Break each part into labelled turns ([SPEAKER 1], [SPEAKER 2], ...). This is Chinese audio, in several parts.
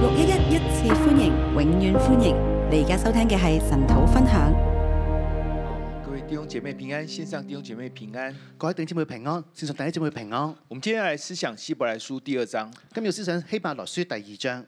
[SPEAKER 1] 六一一一次歡迎，永遠歡迎！你而家收聽嘅係神土分享。
[SPEAKER 2] 各位弟兄姐妹平安，線上弟兄姐妹平安。
[SPEAKER 3] 各位弟兄姊妹平安，線上弟兄姊妹平安。
[SPEAKER 2] 我們今天來思想希伯來書第二章。
[SPEAKER 3] 今日思想希伯來書第二章，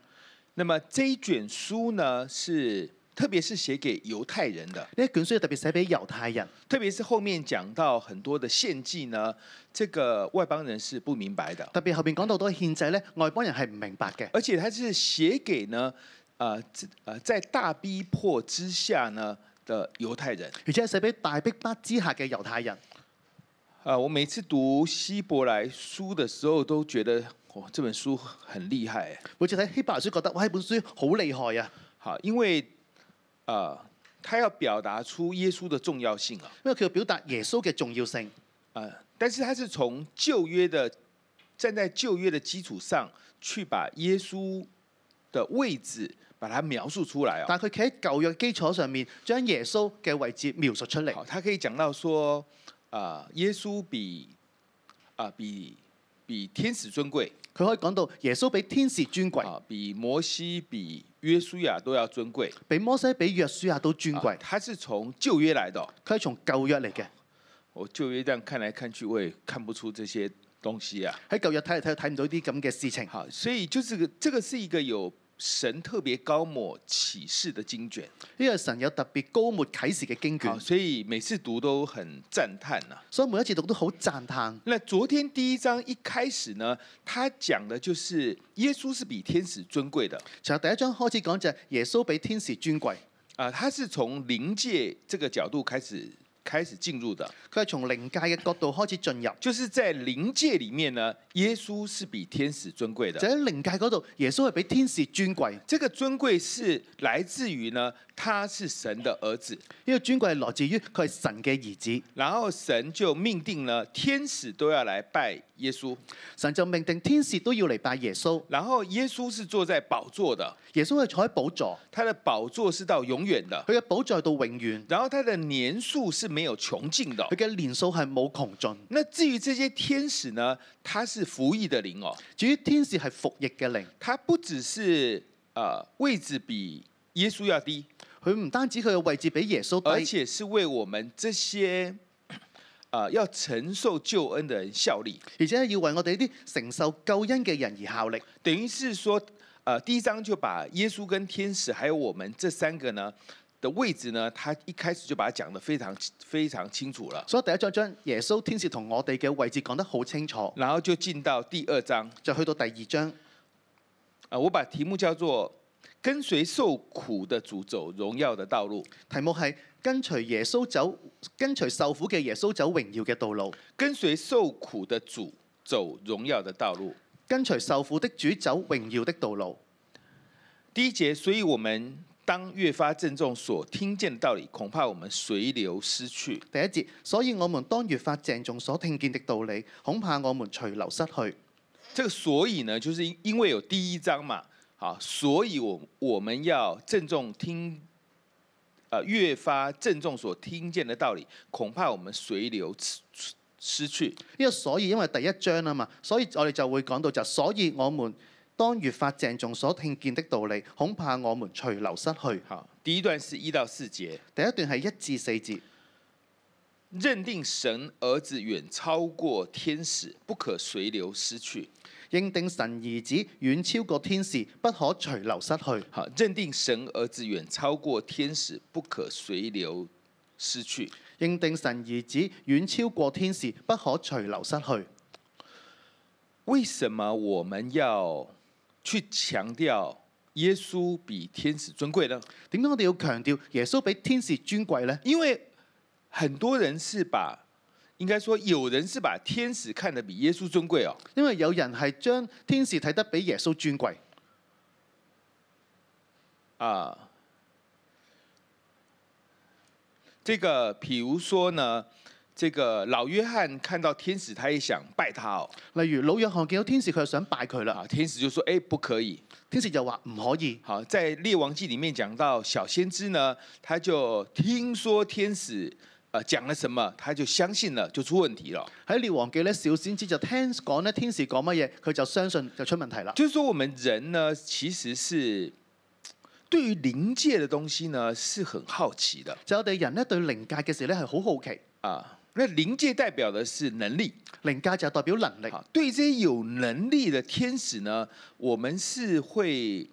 [SPEAKER 2] 那麼這一卷書呢，是特別是寫給猶太人的，
[SPEAKER 3] 呢一卷書特別寫俾猶太人，
[SPEAKER 2] 特別是後面講到很多的獻祭呢，這個外邦人是不明白的，
[SPEAKER 3] 特別後邊講到好多獻祭咧，外邦人係唔明白嘅，
[SPEAKER 2] 而且它是寫給呢，呃，這呃，在大逼迫之下呢的猶太人。
[SPEAKER 3] 而且係寫俾大逼迫之下嘅猶太人。
[SPEAKER 2] 啊，我每次讀希伯來書的時候，都覺得哇，這本書很厲害。啊
[SPEAKER 3] 每次睇希伯來書覺得，哇！呢本書好厲害啊，
[SPEAKER 2] 好，因為啊，他要表達出耶穌的重要性啊，
[SPEAKER 3] 因為佢要表達耶穌嘅重要性。
[SPEAKER 2] 啊，但是他是從舊約的站在舊約的基礎上去把耶穌的位置把它描述出來啊。
[SPEAKER 3] 但係佢企喺舊約基礎上面，將耶穌嘅位置描述出嚟。
[SPEAKER 2] 好，他可以講到說啊，耶穌比啊比比天使尊貴
[SPEAKER 3] 佢可以講到耶穌比天使尊貴，
[SPEAKER 2] 啊，比摩西比約書亞都要尊貴。
[SPEAKER 3] 比摩西、比約書亞都尊
[SPEAKER 2] 啊
[SPEAKER 3] 貴。
[SPEAKER 2] 他是從舊約來的哦、
[SPEAKER 3] 佢係從舊約嚟嘅，
[SPEAKER 2] 我舊約這樣看來看去，我也看不出這些東西啊。
[SPEAKER 3] 喺舊約睇嚟睇去睇唔到啲咁嘅事情。
[SPEAKER 2] 好，所以就是個這個是一個有神特別高抹啟示的經卷，
[SPEAKER 3] 呢個神有特別高末啟示嘅經
[SPEAKER 2] 好，
[SPEAKER 3] 卷，
[SPEAKER 2] 所以每次讀都很讚嘆呐、
[SPEAKER 3] 所以每一次讀都好讚歎。
[SPEAKER 2] 那昨天第一章一開始呢，他講的就是耶穌是比天使尊貴的
[SPEAKER 3] 從第一章開始講就係耶穌比天使尊貴，
[SPEAKER 2] 啊、他是從靈界這個角度開始開始進入的，
[SPEAKER 3] 佢係從靈界嘅角度開始進入，
[SPEAKER 2] 就是在靈界裡面呢，耶穌是比天使尊貴的
[SPEAKER 3] 就。喺靈界嗰度，耶穌係比天使尊貴。呢、
[SPEAKER 2] 這個尊貴是來自於呢，他是神的兒子，
[SPEAKER 3] 個尊貴係來自於佢係神嘅兒子，
[SPEAKER 2] 然後神就命定呢，天使都要來拜耶穌，
[SPEAKER 3] 神就命定天使都要嚟拜耶穌。
[SPEAKER 2] 然後耶穌是坐在寶座的，
[SPEAKER 3] 耶穌係坐喺寶座，
[SPEAKER 2] 他的寶座是到永遠的，
[SPEAKER 3] 佢嘅寶座係到永遠，
[SPEAKER 2] 然後他的年數是沒有窮盡的
[SPEAKER 3] 佢。嘅年數係冇窮盡。
[SPEAKER 2] 那至於這些天使呢，他是服役的靈哦，
[SPEAKER 3] 至於天使係服役嘅靈，
[SPEAKER 2] 他不只是呃位置比耶穌要低，
[SPEAKER 3] 佢唔單止佢嘅位置比耶穌
[SPEAKER 2] 而
[SPEAKER 3] 低，
[SPEAKER 2] 且是為我們這些呃要承受救恩的人效力。
[SPEAKER 3] 而且係要為我哋呢啲承受救恩嘅人而效力。
[SPEAKER 2] 等於是說，呃，第一章就把耶穌跟天使還有我們這三個呢的位置呢，他一開始就把它講得非常非常清楚了，
[SPEAKER 3] 所以第一章將耶穌天使同我哋嘅位置講得好清楚，
[SPEAKER 2] 然後就進到第二章，
[SPEAKER 3] 就去到第二章，
[SPEAKER 2] 啊、我把題目叫做“跟隨受苦的主走榮耀的道路
[SPEAKER 3] 題目係跟隨耶穌走，跟隨受苦嘅耶穌走榮耀嘅道路，”，
[SPEAKER 2] 跟隨受苦的主走榮耀的道路。
[SPEAKER 3] 跟隨受苦的主走榮耀的道路。
[SPEAKER 2] 第一節，所以我們當越發鄭重所聽見的道理，恐怕我們隨流失去。
[SPEAKER 3] 第一節，所以我們當越發鄭重所聽見的道理，恐怕我們隨流失去。
[SPEAKER 2] 這個所以呢，就是因因為有第一章嘛，好，所以我我們要鄭重聽，呃，越发郑重所听见的道理，恐怕我们随流失失去。
[SPEAKER 3] 呢個所以因為第一章啊嘛，所以我哋就會講到就所以我們當越發鄭重所聽見的道理，恐怕我們隨流失去。
[SPEAKER 2] 好，第一段是一到四節，
[SPEAKER 3] 第一段係一至四節。
[SPEAKER 2] 認定神兒子遠超過天使，不可隨流失去。
[SPEAKER 3] 認定神兒子遠超過天使，不可隨流失去。
[SPEAKER 2] 好，認定神兒子遠超過天使，不可隨流失去。
[SPEAKER 3] 認定神兒子遠超過天使，不可隨流失去。
[SPEAKER 2] 為什麼我們要去強調耶穌比天使尊貴呢？
[SPEAKER 3] 點解我哋要強調耶穌比天使尊貴呢？
[SPEAKER 2] 因為很多人是把，應該說有人是把天使看得比耶穌尊貴哦。
[SPEAKER 3] 因為有人係將天使睇得比耶穌尊貴。
[SPEAKER 2] 啊，這個比如說呢，這個老約翰看到天使，他也想拜他哦。
[SPEAKER 3] 例如老約翰見到天使，佢就想拜佢啦。
[SPEAKER 2] 啊，天使就說：“哎、不可以。
[SPEAKER 3] 天使就話唔可以。”
[SPEAKER 2] 好，在列王記裡面講到小先知呢，他就聽說天使呃讲了什么，他就相信了，就出问题了。
[SPEAKER 3] 喺列王記咧，小先知就聽講咧天使講乜嘢，佢就相信就出問題啦。
[SPEAKER 2] 就是说，我们人呢，其实是对于灵界的东西呢，是很好奇的
[SPEAKER 3] 就我哋人咧對靈界嘅事咧係好好奇，
[SPEAKER 2] 啊。那灵界代表的是能力，
[SPEAKER 3] 靈界就代表能力。
[SPEAKER 2] 好，对这些有能力的天使呢，我们是会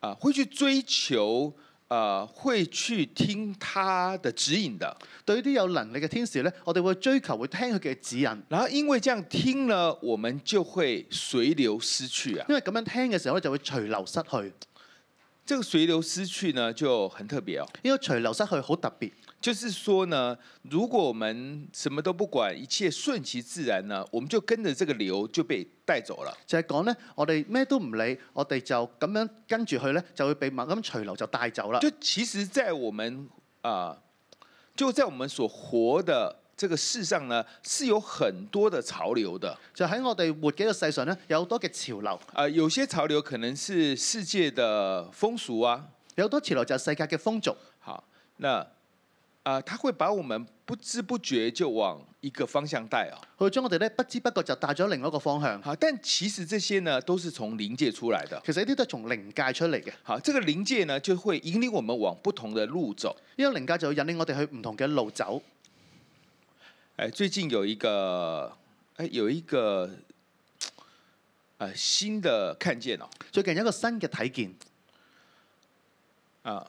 [SPEAKER 2] 啊、会去追求，啊，会去听他的指引的。
[SPEAKER 3] 對啲有能力嘅天使咧，我哋會追求會聽佢嘅指引，
[SPEAKER 2] 然后因为这样听呢，我们就会随流失去啊。
[SPEAKER 3] 因為咁樣聽嘅時候咧就會隨流失去。
[SPEAKER 2] 这个随流失去呢，就很特别哦。
[SPEAKER 3] 呢個隨流失去好特別，
[SPEAKER 2] 就是说呢，如果我们什么都不管，一切顺其自然呢，我们就跟着这个流就被带走了。
[SPEAKER 3] 就係講咧我哋咩都唔理，我哋就咁樣跟住佢咧就會被猛咁隨流就帶走啦。
[SPEAKER 2] 就其实，在我们啊、就在我们所活的这个世上呢，是有很多的潮流的。
[SPEAKER 3] 就喺我哋活嘅一個世上咧，有好多嘅潮流，
[SPEAKER 2] 啊，有些潮流可能是世界的风俗啊，
[SPEAKER 3] 有好多潮流就係世界嘅風俗，
[SPEAKER 2] 好，那啊、它会把我们不知不觉就往一个方向带啊、
[SPEAKER 3] 佢會將我哋咧不知不覺就帶咗另外一個方向。
[SPEAKER 2] 好，但其实这些呢，都是从灵界出来的。
[SPEAKER 3] 其實呢啲都係從靈界出嚟嘅，
[SPEAKER 2] 好，这个灵界呢，就会引领我们往不同的路走。
[SPEAKER 3] 呢個靈界就會引領我哋去唔同嘅路走。
[SPEAKER 2] 哎，最近有一个，哎，有一个，呃，新的看见哦，
[SPEAKER 3] 最近有一個新嘅睇見，
[SPEAKER 2] 啊，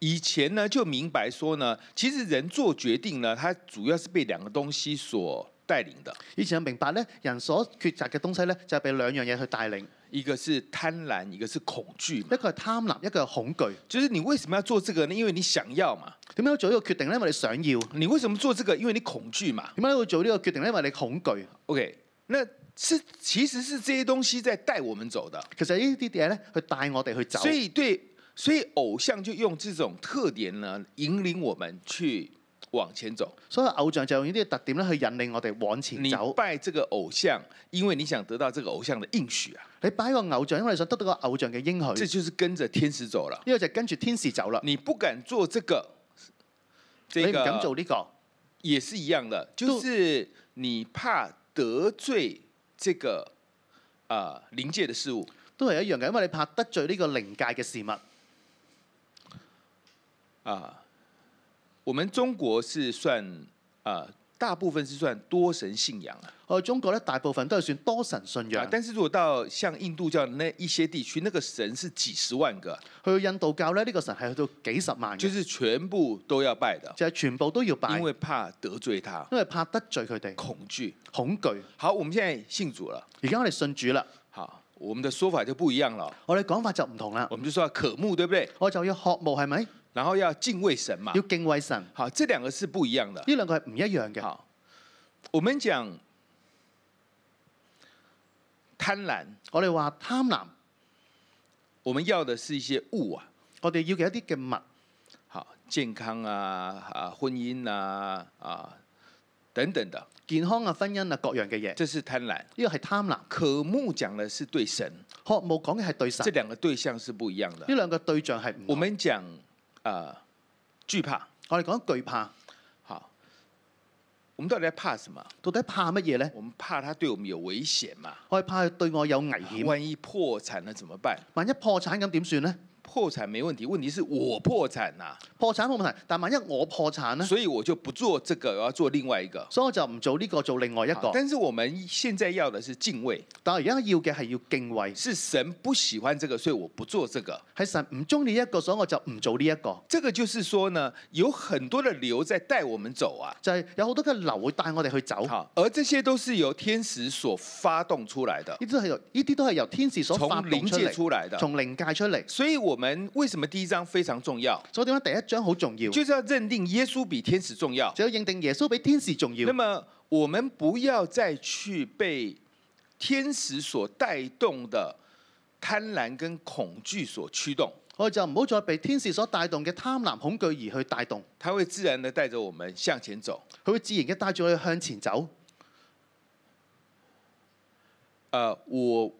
[SPEAKER 2] 以前呢就明白说呢，其实人做决定呢，它主要是被两个东西所带领的，
[SPEAKER 3] 以前就明白咧，人所抉擇嘅東西咧就係被兩樣嘢去帶領，
[SPEAKER 2] 一个是贪婪，一个是恐惧嘛。
[SPEAKER 3] 一個係貪婪，一個係恐懼。
[SPEAKER 2] 就是你为什么要做这个呢？因为你想要嘛。
[SPEAKER 3] 點解要做呢個決定咧？因為你想要。
[SPEAKER 2] 你为什么做这个？因为你恐惧嘛。
[SPEAKER 3] 點解會做呢個決定咧？因為你恐懼。
[SPEAKER 2] OK，那是其实是这些东西在帶我们走的。
[SPEAKER 3] 其實呢啲嘢咧，去帶我哋去走。
[SPEAKER 2] 所以对，所以偶像就用这种特点呢，引领我们去往前走。
[SPEAKER 3] 所以偶像就用呢啲特點咧，去引領我哋往前
[SPEAKER 2] 你
[SPEAKER 3] 走。
[SPEAKER 2] 拜这个偶像，因为你想得到这个偶像的应许啊，
[SPEAKER 3] 你擺個偶像，因為你想得到個偶像嘅應許。
[SPEAKER 2] 这
[SPEAKER 3] 呢
[SPEAKER 2] 就是跟着天使走了。
[SPEAKER 3] 個就跟住天使走啦。
[SPEAKER 2] 你不敢做这个，
[SPEAKER 3] 你
[SPEAKER 2] 这
[SPEAKER 3] 唔敢
[SPEAKER 2] 个
[SPEAKER 3] 做呢個，
[SPEAKER 2] 也是一样的，就
[SPEAKER 3] 都
[SPEAKER 2] 是你怕得罪这个啊灵、界的事物。
[SPEAKER 3] 都係一樣嘅，因為你怕得罪呢個靈界嘅事物。
[SPEAKER 2] 啊，我们中国是算啊，大部分是算多神信仰啊。
[SPEAKER 3] 我哋中國咧，大部分都係算多神信
[SPEAKER 2] 啊
[SPEAKER 3] 仰，。
[SPEAKER 2] 但是如果到像印度教那一些地区，那个神是几十万个，
[SPEAKER 3] 去到印度教咧，呢、個神係去到幾十萬嘅，
[SPEAKER 2] 就是全部都要拜的，
[SPEAKER 3] 就係全部都要拜，
[SPEAKER 2] 因
[SPEAKER 3] 因為
[SPEAKER 2] 为怕得罪他，
[SPEAKER 3] 怕得罪佢哋，
[SPEAKER 2] 恐惧。
[SPEAKER 3] 恐懼。
[SPEAKER 2] 好，我们现在信主了，
[SPEAKER 3] 而家我哋信主啦，
[SPEAKER 2] 好，我们的说法就不一样了，
[SPEAKER 3] 我哋講法就唔同啦，
[SPEAKER 2] 我们就说要渴慕，对不对？
[SPEAKER 3] 我就要學慕係咪？
[SPEAKER 2] 然后要敬畏神嘛
[SPEAKER 3] 要。敬畏神，呢
[SPEAKER 2] 好，这两个是不一样的。
[SPEAKER 3] 兩個係唔一樣嘅。
[SPEAKER 2] 好，我们讲贪婪，
[SPEAKER 3] 我哋話貪婪，
[SPEAKER 2] 我们要的是一些物啊，
[SPEAKER 3] 我哋要嘅一啲嘅物，
[SPEAKER 2] 好，健康啊，啊，婚姻啊，啊，等等的，
[SPEAKER 3] 健康啊、婚姻啊各樣嘅嘢，
[SPEAKER 2] 这是贪婪。
[SPEAKER 3] 呢個係貪婪。
[SPEAKER 2] 渴慕讲的是对神，
[SPEAKER 3] 學慕講嘅係對神，
[SPEAKER 2] 这
[SPEAKER 3] 呢
[SPEAKER 2] 两个对象是不一样的。
[SPEAKER 3] 兩個對象係唔
[SPEAKER 2] 我
[SPEAKER 3] 同。
[SPEAKER 2] 们讲啊、呃惧怕，
[SPEAKER 3] 我哋講懼怕，
[SPEAKER 2] 好，我们到底在怕什么？
[SPEAKER 3] 到底怕乜嘢呢？
[SPEAKER 2] 我们怕他对我们有危险嘛？
[SPEAKER 3] 我係怕佢對我有危險，
[SPEAKER 2] 万一破产了怎么办？
[SPEAKER 3] 萬一破產咁點算呢？
[SPEAKER 2] 破产没问题，问题是我破产呐、
[SPEAKER 3] 破產冇問題，但萬一我破產呢？
[SPEAKER 2] 所以我就不做这个，我要做另外一个。
[SPEAKER 3] 所以我就唔做呢個，做另外一個
[SPEAKER 2] 好。但是我们现在要的是敬畏，
[SPEAKER 3] 但我而家要嘅係要敬畏，
[SPEAKER 2] 是神不喜欢这个，所以我不做这个。
[SPEAKER 3] 係神唔中意呢一個，所以我就唔做呢、一個。
[SPEAKER 2] 这个就是说呢，有很多的流在带我们走啊。
[SPEAKER 3] 就係、有好多嘅流會帶我哋去走，呢
[SPEAKER 2] 好，而这些都是由天使所发动出来的，
[SPEAKER 3] 啲都係由呢啲都係由天使所發
[SPEAKER 2] 从
[SPEAKER 3] 動
[SPEAKER 2] 灵
[SPEAKER 3] 出
[SPEAKER 2] 界
[SPEAKER 3] 嚟，
[SPEAKER 2] 出来的。
[SPEAKER 3] 從靈界出嚟。
[SPEAKER 2] 所以，我们为什么第一章非常重要，
[SPEAKER 3] 所以點解第一章好重要？
[SPEAKER 2] 就是要认定耶稣比天使重要。
[SPEAKER 3] 就要認定耶穌比天使重要
[SPEAKER 2] 那。么，我们不要再去被天使所带动的贪婪跟恐惧所驱动，
[SPEAKER 3] 我哋就唔好再被天使所帶動嘅貪婪、恐懼而去帶動，
[SPEAKER 2] 它会自然的带着我们向前走。
[SPEAKER 3] 佢會自然嘅帶住我哋向前走。
[SPEAKER 2] 呃，我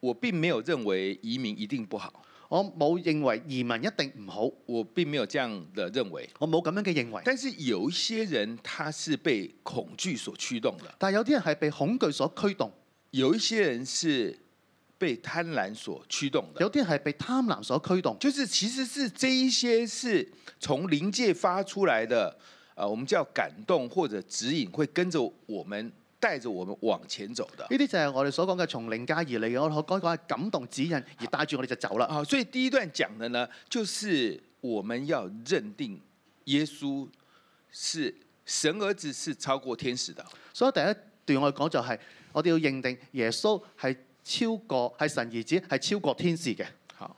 [SPEAKER 2] 我并没有认为移民一定不好，
[SPEAKER 3] 我冇認為移民一定唔好，
[SPEAKER 2] 我并没有这样的认为。
[SPEAKER 3] 我冇咁樣嘅認為。
[SPEAKER 2] 但是有一些人他是被恐惧所驱动的，
[SPEAKER 3] 但係有啲人係被恐懼所驅動，
[SPEAKER 2] 有一些人是被贪婪所驱动的。
[SPEAKER 3] 有啲人係被貪婪所驅動。
[SPEAKER 2] 就是其实是这一些是从灵界发出来的，呃，我们叫感动或者指引，会跟着我们带着我们往前走的。
[SPEAKER 3] 呢啲就係我哋所講嘅從靈界而嚟嘅，我哋可以講係感動指引而帶住我哋就走啦。
[SPEAKER 2] 啊，所以第一段讲的呢，就是我们要认定耶稣是神儿子，是超过天使的。
[SPEAKER 3] 所以第一段我哋講就係、我哋要認定耶穌係超過係神兒子，係超過天使嘅。
[SPEAKER 2] 好，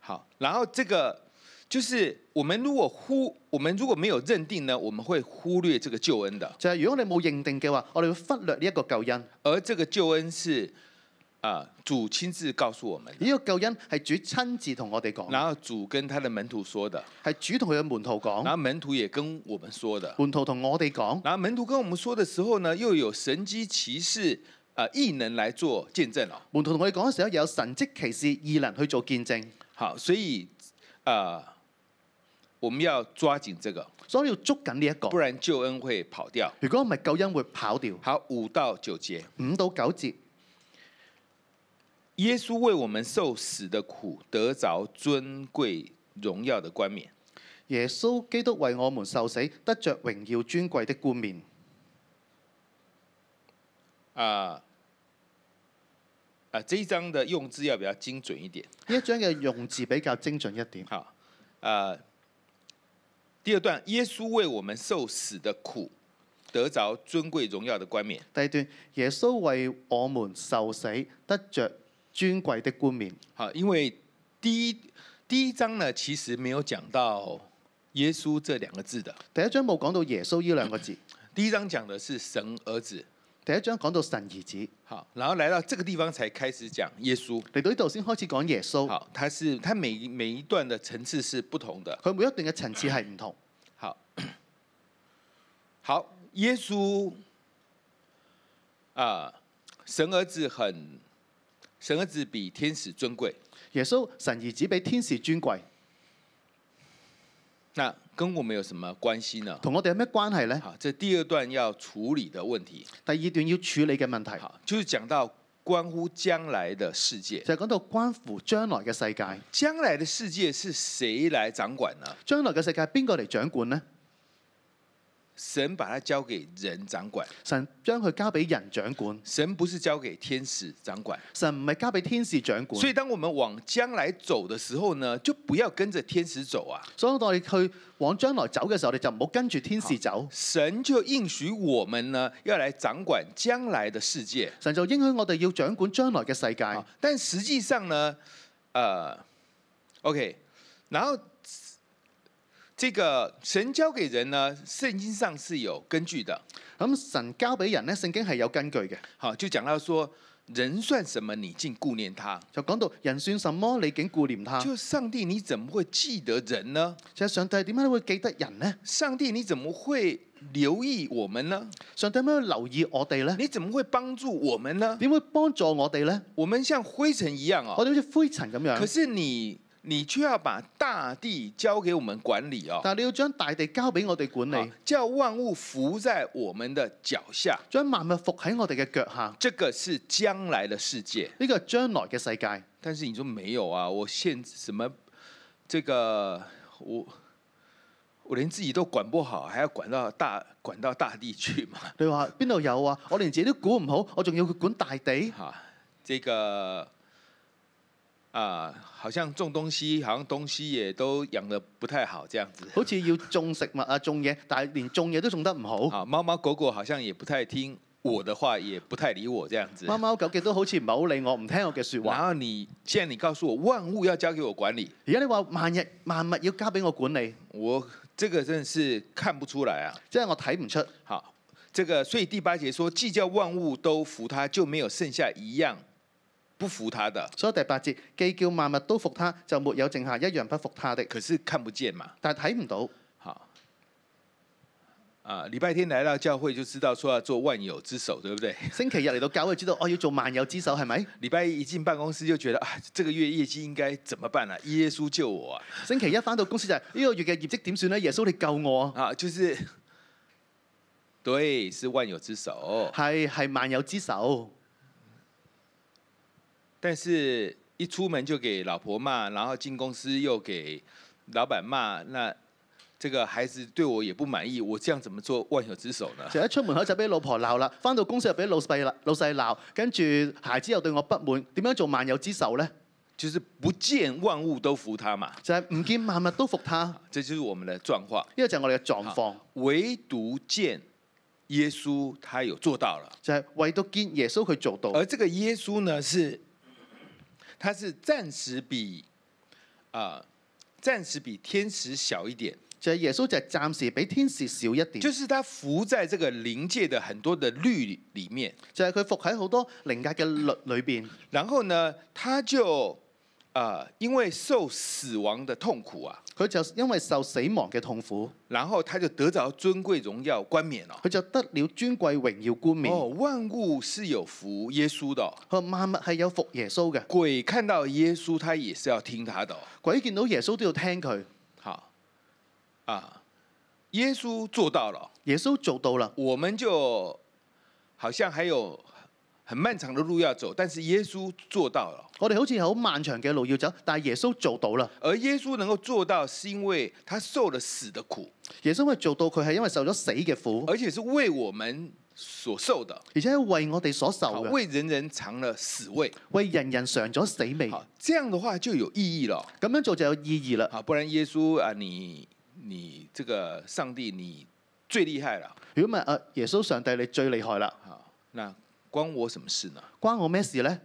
[SPEAKER 2] 好，然后这个就是我们如果忽我们如果没有认定呢，我们会忽略这个救恩的。
[SPEAKER 3] 就係、如果你冇認定嘅話，我哋會忽略呢一個救恩。
[SPEAKER 2] 而这个救恩是啊、主亲自告诉我们的，
[SPEAKER 3] 呢、個救恩係主親自同我哋講，
[SPEAKER 2] 然后主跟他的门徒说的，
[SPEAKER 3] 係主同佢嘅門徒
[SPEAKER 2] 然
[SPEAKER 3] 講，
[SPEAKER 2] 后门徒也跟我们说的，
[SPEAKER 3] 門徒同我哋講。
[SPEAKER 2] 然后门徒跟我们说的时候呢，又有神机骑士啊异能来做见证哦。
[SPEAKER 3] 門徒同我哋講嘅時候，有神蹟奇事異能去做見證，
[SPEAKER 2] 好，所以啊、呃我们要抓紧这个，
[SPEAKER 3] 所以要捉緊呢一個
[SPEAKER 2] 不。然救恩会跑掉。
[SPEAKER 3] 如果唔係，救恩會跑掉。
[SPEAKER 2] 好，五到九节，
[SPEAKER 3] 五到九節，
[SPEAKER 2] 耶稣为我们受死的苦，得着尊贵荣耀的冠冕。
[SPEAKER 3] 耶穌基督為我們受死，得着榮耀尊貴的冠冕。
[SPEAKER 2] 啊啊，这一章的用字要比较精准一点。
[SPEAKER 3] 呢一章嘅用字比較精準一點。
[SPEAKER 2] 好，呃，第二段，耶穌为我们受死的苦，得着尊贵荣耀的冠冕。
[SPEAKER 3] 第二段，耶穌為我們受死，得着尊貴的冠冕。
[SPEAKER 2] 好，因为第一第一章呢，其实没有讲到耶稣这两个字的。
[SPEAKER 3] 第一章冇講到耶穌呢兩個字，
[SPEAKER 2] 第一章讲的是神儿子。
[SPEAKER 3] 第一章講到神兒子，
[SPEAKER 2] 好，然后来到这个地方才开始讲耶稣。
[SPEAKER 3] 嚟到呢度先開始講耶穌。
[SPEAKER 2] 好，它是它每一每一段的层次是不同的。
[SPEAKER 3] 佢每一段嘅層次係唔同。
[SPEAKER 2] 好， 好，耶稣啊、神儿子很，神儿子比天使尊贵。
[SPEAKER 3] 耶穌神兒子比天使尊貴，
[SPEAKER 2] 那跟我们有什么关系呢？
[SPEAKER 3] 同我哋有咩關係呢？
[SPEAKER 2] 好，这第二段要处理的问题，
[SPEAKER 3] 第二段要處理嘅問題
[SPEAKER 2] 好，就是讲到关乎将来的世界。
[SPEAKER 3] 就係講到關乎將來嘅世界。
[SPEAKER 2] 将来的世界是谁来掌管呢？
[SPEAKER 3] 將來嘅世界邊個嚟掌管呢？
[SPEAKER 2] 神把它交给人掌管，
[SPEAKER 3] 神將佢交俾人掌管，
[SPEAKER 2] 神不是交给天使掌管。
[SPEAKER 3] 神唔係交俾天使掌管。
[SPEAKER 2] 所以，当我们往将来走的时候呢，就不要跟着天使走啊。
[SPEAKER 3] 所以我哋去往將來走嘅時候，你就唔好跟住天使走。
[SPEAKER 2] 神就应许我们呢，要来掌管将来的世界。
[SPEAKER 3] 神就應許我哋要掌管將來嘅世界
[SPEAKER 2] 啊。，但实际上呢，呃，OK，然后这个神交给人呢，圣经上是有根据的。
[SPEAKER 3] 咁神交俾人呢，聖經係有根據嘅，
[SPEAKER 2] 好，就讲到说，人算什么？你竟顾念他。
[SPEAKER 3] 就講到人算什麼，你竟顧念他。
[SPEAKER 2] 就上帝，你怎么會记得人呢？
[SPEAKER 3] 其實上帝點解會記得人呢？
[SPEAKER 2] 上帝，你怎么会留意我们呢？
[SPEAKER 3] 上帝點解會留意我哋呢？
[SPEAKER 2] 你怎么会帮助我们呢？
[SPEAKER 3] 點會幫助我哋呢？
[SPEAKER 2] 我们像灰尘一样哦，
[SPEAKER 3] 我哋好似灰塵咁
[SPEAKER 2] 可
[SPEAKER 3] 樣，
[SPEAKER 2] 是你你却要把大地交给我们管理哦，
[SPEAKER 3] 但係你要將大地交俾我哋管
[SPEAKER 2] 啊
[SPEAKER 3] 理，
[SPEAKER 2] 叫万物服在我们的脚下，
[SPEAKER 3] 將萬物伏喺我哋嘅腳下。
[SPEAKER 2] 这个是将来的世界。
[SPEAKER 3] 呢個係將來嘅世界。
[SPEAKER 2] 但是你说没有啊？我现什么这个我我连自己都管不好，还要管到大管到大地去嘛？
[SPEAKER 3] 你話邊度有啊？我連自己都估唔好，我仲要佢管大地，
[SPEAKER 2] 哈、这个啊、好像种东西，好像东西也都养的不太好这样子。
[SPEAKER 3] 好似要種食物啊、種嘢，但係連種嘢都種得唔好。
[SPEAKER 2] 啊，猫猫狗狗好像也不太听我的话，也不太理我这样子。
[SPEAKER 3] 貓貓狗狗都好似唔係好理我，唔聽我嘅説
[SPEAKER 2] 然
[SPEAKER 3] 話。
[SPEAKER 2] 后你既然你告诉我万物要交给我管理，
[SPEAKER 3] 而家你話萬日萬物要交俾我管理，
[SPEAKER 2] 我这个真的是看不出来啊。
[SPEAKER 3] 即係我睇唔出。
[SPEAKER 2] 好，这个所以第八节说，既叫万物都服他，就没有剩下一样不服他的。
[SPEAKER 3] 所以第八節既叫萬物都服他，就沒有剩下一樣不服他的。
[SPEAKER 2] 可是看不见嘛，
[SPEAKER 3] 但係睇唔到，
[SPEAKER 2] 好，啊、啊，礼拜天来到教会就知道说要做万有之首，对不對？
[SPEAKER 3] 星期日嚟到教會知道，哦我、要做萬有之首係咪？
[SPEAKER 2] 礼拜一一进办公室就觉得啊，这个月业绩应该怎么办啊？耶稣救我啊！
[SPEAKER 3] 星期一翻到公司就係、呢、個月嘅業績點算呢？耶穌你救我啊！
[SPEAKER 2] 啊，就是，对，是万有之首，
[SPEAKER 3] 係係萬有之首，
[SPEAKER 2] 但是一出门就给老婆骂，然后进公司又给老板骂，那这个孩子对我也不满意，我这样怎么做万有之首呢？
[SPEAKER 3] 就一出門口就俾老婆鬧啦，翻到公司又俾老細啦老細鬧，跟住孩子又對我不滿，點樣做萬有之首呢？
[SPEAKER 2] 就是不见万物都服他嘛，
[SPEAKER 3] 就係、唔見萬物都服他，呢、
[SPEAKER 2] 这就是我们的状况。
[SPEAKER 3] 個就係我哋嘅狀況，
[SPEAKER 2] 唯独见耶稣他有做到了，
[SPEAKER 3] 就係、唯獨見耶穌佢做到，
[SPEAKER 2] 而这个耶稣呢是，他是暂时比啊、暂时比天使小一点，
[SPEAKER 3] 就係、耶穌就係暫時比天使少一點，
[SPEAKER 2] 就是他浮在这个灵界的很多的律里面，
[SPEAKER 3] 就係佢服喺好多靈界嘅律裏邊，
[SPEAKER 2] 然后呢，他就啊、因为受死亡的痛苦啊，
[SPEAKER 3] 佢就因為受死亡嘅痛苦，
[SPEAKER 2] 然后他就得着尊贵荣耀冠冕哦。
[SPEAKER 3] 佢就得了尊貴榮耀冠冕。
[SPEAKER 2] 哦，万物是有服耶稣的哦、
[SPEAKER 3] 佢話萬物係有服耶穌嘅，
[SPEAKER 2] 鬼看到耶稣，他也是要听他的、哦。
[SPEAKER 3] 鬼見到耶穌都要聽佢。
[SPEAKER 2] 好，啊，耶稣做到了，
[SPEAKER 3] 耶穌做到啦，
[SPEAKER 2] 我们就好像还有很漫长的路要走，但是耶稣做到了。
[SPEAKER 3] 我哋好似有好漫長嘅路要走，但係耶穌做到啦。
[SPEAKER 2] 而耶稣能够做到，是因为他受了死的苦，
[SPEAKER 3] 耶穌係做到佢係因為受咗死嘅苦，
[SPEAKER 2] 而且是為我们所受的，
[SPEAKER 3] 而且係為我哋所受
[SPEAKER 2] 好
[SPEAKER 3] 嘅，
[SPEAKER 2] 为人人尝了死味。
[SPEAKER 3] 為人人嘗咗死味。
[SPEAKER 2] 好，这样的话就有意义了。
[SPEAKER 3] 咁樣做就有意義啦。
[SPEAKER 2] 好，不然耶稣啊，你你这个上帝你最厉害了。
[SPEAKER 3] 如果唔係，啊耶穌上帝你最厲害啦，
[SPEAKER 2] 好，那关我什么事呢？
[SPEAKER 3] 關我咩事呢？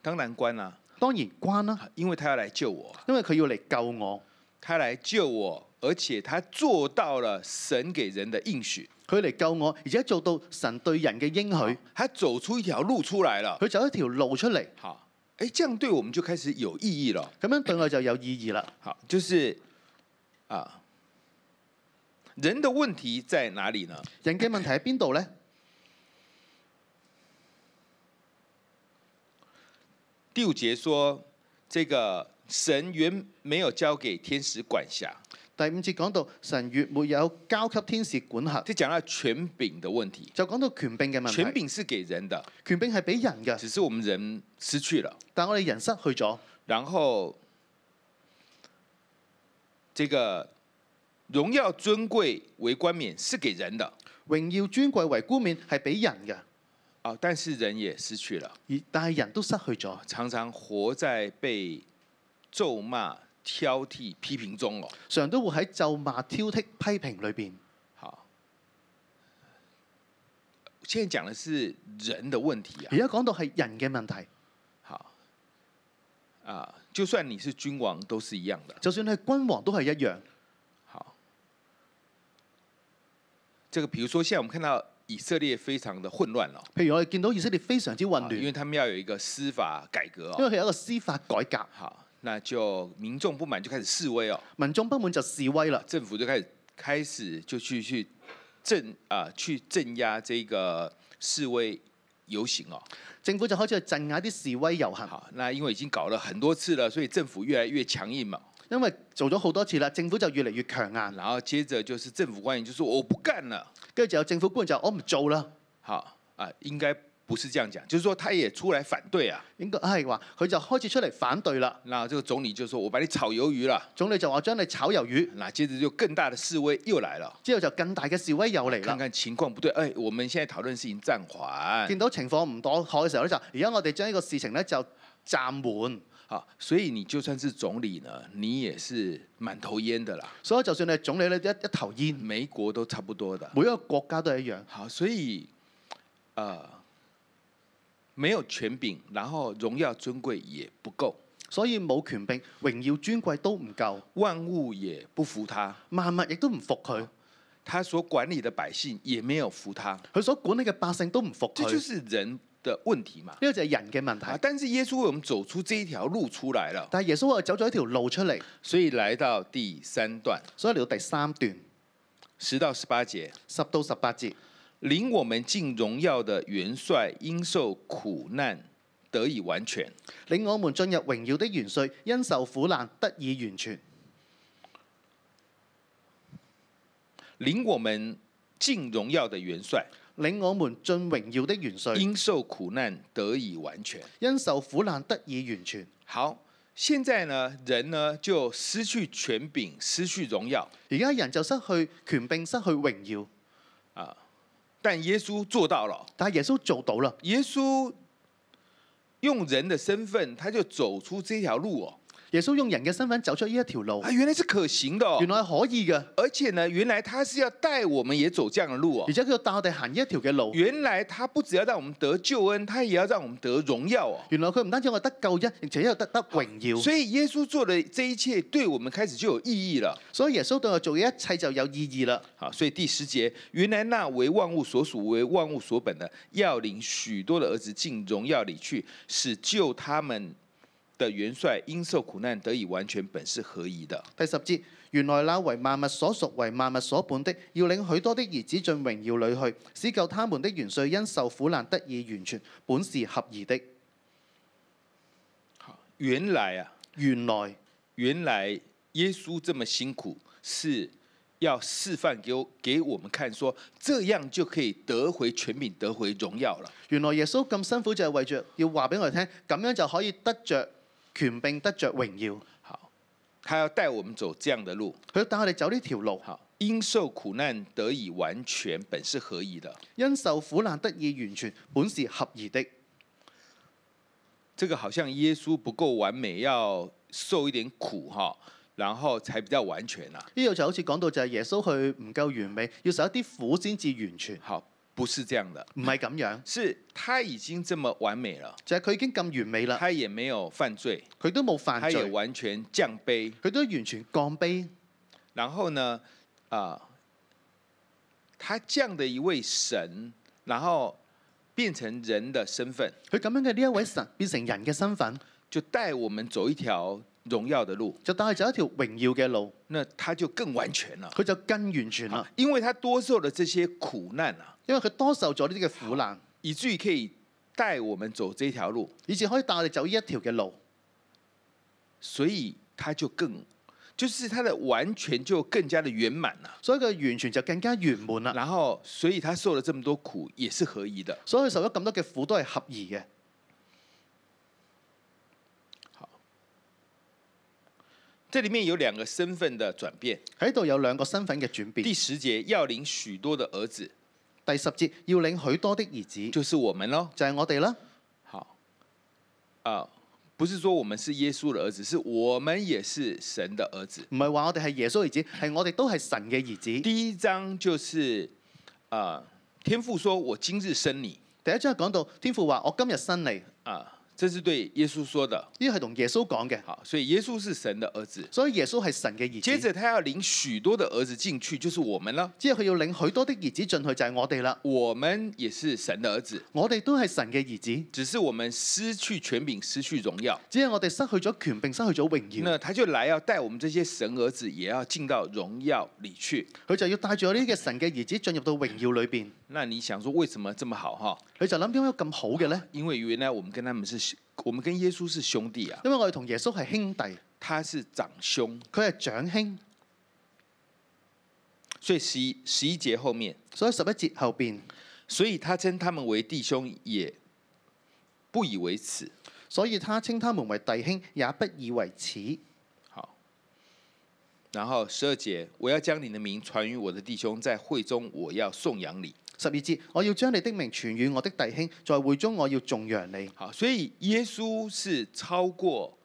[SPEAKER 2] 当然关啦、
[SPEAKER 3] 當然關啦，
[SPEAKER 2] 啊，因为他要来救我，
[SPEAKER 3] 因為佢要嚟救我，
[SPEAKER 2] 他来救我，而且他做到了神给人的应许，
[SPEAKER 3] 佢嚟救我，而且做到神對人嘅應許，
[SPEAKER 2] 他走出一条路出来了。
[SPEAKER 3] 佢走一條路出嚟，
[SPEAKER 2] 好，哎，这样对我们就开始有意义了。
[SPEAKER 3] 咁樣對我就有意義啦。
[SPEAKER 2] 好，就是啊，人的问题在哪里呢？
[SPEAKER 3] 人嘅問題喺邊度呢？
[SPEAKER 2] 第五节说，这个神原没有交给天使管辖，
[SPEAKER 3] 第五節講到神越沒有交給天使管轄，
[SPEAKER 2] 这讲到权柄的问题。
[SPEAKER 3] 就講到權柄嘅問
[SPEAKER 2] 权
[SPEAKER 3] 題。
[SPEAKER 2] 柄是给人的，
[SPEAKER 3] 權柄係俾人嘅，
[SPEAKER 2] 只是我们人失去了。
[SPEAKER 3] 但我哋人失去咗。
[SPEAKER 2] 然后这个荣耀尊贵为冠冕是給人的
[SPEAKER 3] 榮耀尊貴為冠冕係俾人嘅，
[SPEAKER 2] 啊，但是人也失去了，
[SPEAKER 3] 而但係人都失去咗，
[SPEAKER 2] 啊常常活在被咒罵、挑剔、批評中哦。
[SPEAKER 3] 常都會喺咒罵、挑剔、批評裏邊。
[SPEAKER 2] 好，现在講的是人的問題啊
[SPEAKER 3] 而。家講到係人嘅問題，
[SPEAKER 2] 好啊，就算你是君王，都是一樣的。
[SPEAKER 3] 就算係君王都係一樣。
[SPEAKER 2] 好，這個比如說，現在我們看到以色列非常的混亂了。
[SPEAKER 3] 譬如我哋見到以色列非常之混
[SPEAKER 2] 啊因
[SPEAKER 3] 亂，
[SPEAKER 2] 为他们要有一个司法改革
[SPEAKER 3] 因為
[SPEAKER 2] 哦。
[SPEAKER 3] 佢有一個司法改革，
[SPEAKER 2] 好，那就民众不满就开始示威哦，
[SPEAKER 3] 民眾不滿就示威啦，
[SPEAKER 2] 政府就开始开始就去去镇啊、去镇压这个示威游行哦。
[SPEAKER 3] 政府就開始去鎮壓啲示威遊行，
[SPEAKER 2] 好，那因为已经搞了很多次了，所以政府越来越强硬嘛。
[SPEAKER 3] 因為做咗好多次啦，政府就越嚟越強硬，
[SPEAKER 2] 然后接着就是政府官员就说我不干了。
[SPEAKER 3] 跟住就有政府官就話哦我唔做啦。
[SPEAKER 2] 好啊，应该不是这样讲，就是说他也出来反对啊。
[SPEAKER 3] 應該係話佢就開始出嚟反對啦。
[SPEAKER 2] 那这个总理就说我把你炒鱿鱼了。
[SPEAKER 3] 總理就話將你炒魷魚，
[SPEAKER 2] 那接着就更大的示威又来了。
[SPEAKER 3] 之後就更大嘅示威又嚟
[SPEAKER 2] 看
[SPEAKER 3] 啦。
[SPEAKER 2] 看情况不对，哎，我们现在讨论事情暂缓。
[SPEAKER 3] 見到情況唔妥妥嘅時候咧，就而家我哋將呢個事情咧就暫緩。
[SPEAKER 2] 好，所以你就算是总理呢，你也是满头烟的啦，
[SPEAKER 3] 所以就算你係總理咧，一一頭煙，
[SPEAKER 2] 每一国都差不多的。
[SPEAKER 3] 每一個國家都係一樣，
[SPEAKER 2] 好，所以呃，没有权柄，然后荣耀尊贵也不够，
[SPEAKER 3] 所以冇權柄、榮耀、尊貴都唔夠，
[SPEAKER 2] 万物也不服他，
[SPEAKER 3] 萬物亦都唔服佢，
[SPEAKER 2] 他所管理的百姓也没有服他，
[SPEAKER 3] 佢所管理嘅百姓都唔服佢。
[SPEAKER 2] 这就
[SPEAKER 3] 呢
[SPEAKER 2] 是人的问题嘛。
[SPEAKER 3] 個就係人嘅問
[SPEAKER 2] 啊！
[SPEAKER 3] 題。
[SPEAKER 2] 但是耶稣为我们走出这一条路出来了，
[SPEAKER 3] 但係耶穌啊走咗一條路出嚟，
[SPEAKER 2] 所以来到第三段，
[SPEAKER 3] 所以嚟到第三段，
[SPEAKER 2] 十到十八节，
[SPEAKER 3] 十到十八節，
[SPEAKER 2] 领我们进荣耀的元帅，因受苦难得以完全。
[SPEAKER 3] 領我們進入榮耀的元帥，因受苦難得以完全。
[SPEAKER 2] 领我们进荣耀的元帅，
[SPEAKER 3] 領我們進榮耀的元帥，
[SPEAKER 2] 因受苦难得以完全。
[SPEAKER 3] 因受苦難得以完全。
[SPEAKER 2] 好，现在呢，人呢就失去权柄，失去荣耀
[SPEAKER 3] 而家人就失去權柄，失去榮耀，
[SPEAKER 2] 啊，但耶稣做到了。
[SPEAKER 3] 但係耶穌做到啦。
[SPEAKER 2] 耶稣用人的身份，他就走出这条路哦，
[SPEAKER 3] 耶穌用人嘅身份走出呢一條路
[SPEAKER 2] 啊，，原来是可行的哦
[SPEAKER 3] 原。來係可以嘅，
[SPEAKER 2] 而且呢，原来他是要带我们也走这样的路哦
[SPEAKER 3] 而。且佢帶我哋行呢一條嘅路。
[SPEAKER 2] 原来他不只要让我们得救恩，他也要让我们得荣耀哦。
[SPEAKER 3] 原來佢唔單止我哋得救恩，而且又得得榮耀。
[SPEAKER 2] 所以耶稣做的这一切，对我们开始就有意义了。
[SPEAKER 3] 所以耶穌對我做嘅一切就有意義啦。
[SPEAKER 2] 好，所以第十节，原来那为万物所属、为万物所本的，要领许多的儿子进荣耀里去，使救他们的元帅因受苦难得以完全，本是合宜的。
[SPEAKER 3] 第十節，原來那為萬物所屬、為萬物所本的，要領許多的兒子進榮耀裏去，使救他們的元帥因受苦難得以完全，本是合宜的。
[SPEAKER 2] 原来啊，
[SPEAKER 3] 原來
[SPEAKER 2] 原来耶稣这么辛苦，是要示范给我给我们看说这样就可以得回权柄，得回荣耀了。
[SPEAKER 3] 原來耶穌咁辛苦就係為着要話俾我哋聽，咁樣就可以得着權柄，得着榮耀。
[SPEAKER 2] 好，他要帶我们走这样的路。
[SPEAKER 3] 佢帶我哋走呢條路，
[SPEAKER 2] 好，因受苦难得以完全，本是合宜的。
[SPEAKER 3] 因受苦難得以完全，本是合宜的。
[SPEAKER 2] 这个好像耶稣不够完美，要受一点苦哈，然后才比较完全啊。
[SPEAKER 3] 呢度就好似講到就係耶穌佢唔夠完美，要受一啲苦先至完全，
[SPEAKER 2] 好，不是这样的，
[SPEAKER 3] 唔係咁 樣，
[SPEAKER 2] 是他已经这么完美了，
[SPEAKER 3] 就係、佢已經咁完美啦，
[SPEAKER 2] 他也没有犯罪，
[SPEAKER 3] 佢都冇犯
[SPEAKER 2] 他也
[SPEAKER 3] 罪，
[SPEAKER 2] 完全降卑。
[SPEAKER 3] 佢都完全降卑。
[SPEAKER 2] 然后呢，啊、他这样的一位神，然后变成人的身份，
[SPEAKER 3] 佢咁樣嘅呢一位神變成人嘅身份，
[SPEAKER 2] 就带我们走一条荣耀的路，
[SPEAKER 3] 就帶佢走一條榮耀嘅路，
[SPEAKER 2] 那他就更完全了，
[SPEAKER 3] 佢就更完全啦。
[SPEAKER 2] 因为他多受了这些苦难啊，
[SPEAKER 3] 因為佢多受咗呢啲嘅苦難，
[SPEAKER 2] 以至于可以带我们走这条路，
[SPEAKER 3] 以至可以帶我哋走呢一條嘅路，
[SPEAKER 2] 所以他就更，就是他的完全就更加的圆满了、
[SPEAKER 3] 所以佢完全就更加圓滿啦。
[SPEAKER 2] 然后，所以他受了这么多苦也是合宜的。
[SPEAKER 3] 所以佢受咗咁多嘅苦都係合宜嘅。
[SPEAKER 2] 这里面有两个身份的转变。
[SPEAKER 3] 喺度有兩個身份嘅轉變
[SPEAKER 2] 第。十节要领许多的儿子，
[SPEAKER 3] 第十節要領許多的兒子，
[SPEAKER 2] 就是我们喽。
[SPEAKER 3] 就係我哋啦。
[SPEAKER 2] 好，啊、不是说我们是耶稣的儿子，是我们也是神的儿子。
[SPEAKER 3] 唔係話我哋係耶穌兒子，係我哋都係神嘅兒子。
[SPEAKER 2] 第一章就是啊、天父说我今日生你
[SPEAKER 3] 第一章講到天父話：我今日生你，呢
[SPEAKER 2] 啊、这是对耶稣说的。
[SPEAKER 3] 係同耶穌講嘅，
[SPEAKER 2] 好，所以耶稣是神的儿子。
[SPEAKER 3] 所以耶穌係神嘅兒
[SPEAKER 2] 接
[SPEAKER 3] 子。
[SPEAKER 2] 着他要领许多的儿子进去，就是我们了。
[SPEAKER 3] 之後佢要領許多的兒子進去，就係我哋啦。
[SPEAKER 2] 我们也是神的儿子，
[SPEAKER 3] 我哋都係神嘅兒子，
[SPEAKER 2] 只是我们失去權柄，失去荣耀。
[SPEAKER 3] 只係我哋失去咗權柄，失去咗榮耀。
[SPEAKER 2] 那他就来要带我们这些神儿子，也要进到荣耀里去。
[SPEAKER 3] 佢就要帶住呢啲嘅神嘅兒子進入到榮耀裏邊。
[SPEAKER 2] 那你想说为什么这么好哈？
[SPEAKER 3] 佢就諗點解咁好嘅呢？
[SPEAKER 2] 因为原来我们跟他们是，我们跟耶稣是兄弟啊，
[SPEAKER 3] 因為我哋同耶穌係兄弟，
[SPEAKER 2] 他是长兄，
[SPEAKER 3] 佢係長兄，
[SPEAKER 2] 所以十一十一节后面，
[SPEAKER 3] 所以十一節後邊，
[SPEAKER 2] 所以他称他们为弟兄，也不以为耻。
[SPEAKER 3] 所以他稱他們為弟兄，也不以為恥。
[SPEAKER 2] 好，然后十二节，我要将你的名传于我的弟兄，在会中我要颂扬你。
[SPEAKER 3] 十二節，我要將你的名傳與我的弟兄，在會中我要頌揚你。
[SPEAKER 2] 好，所以耶稣是超过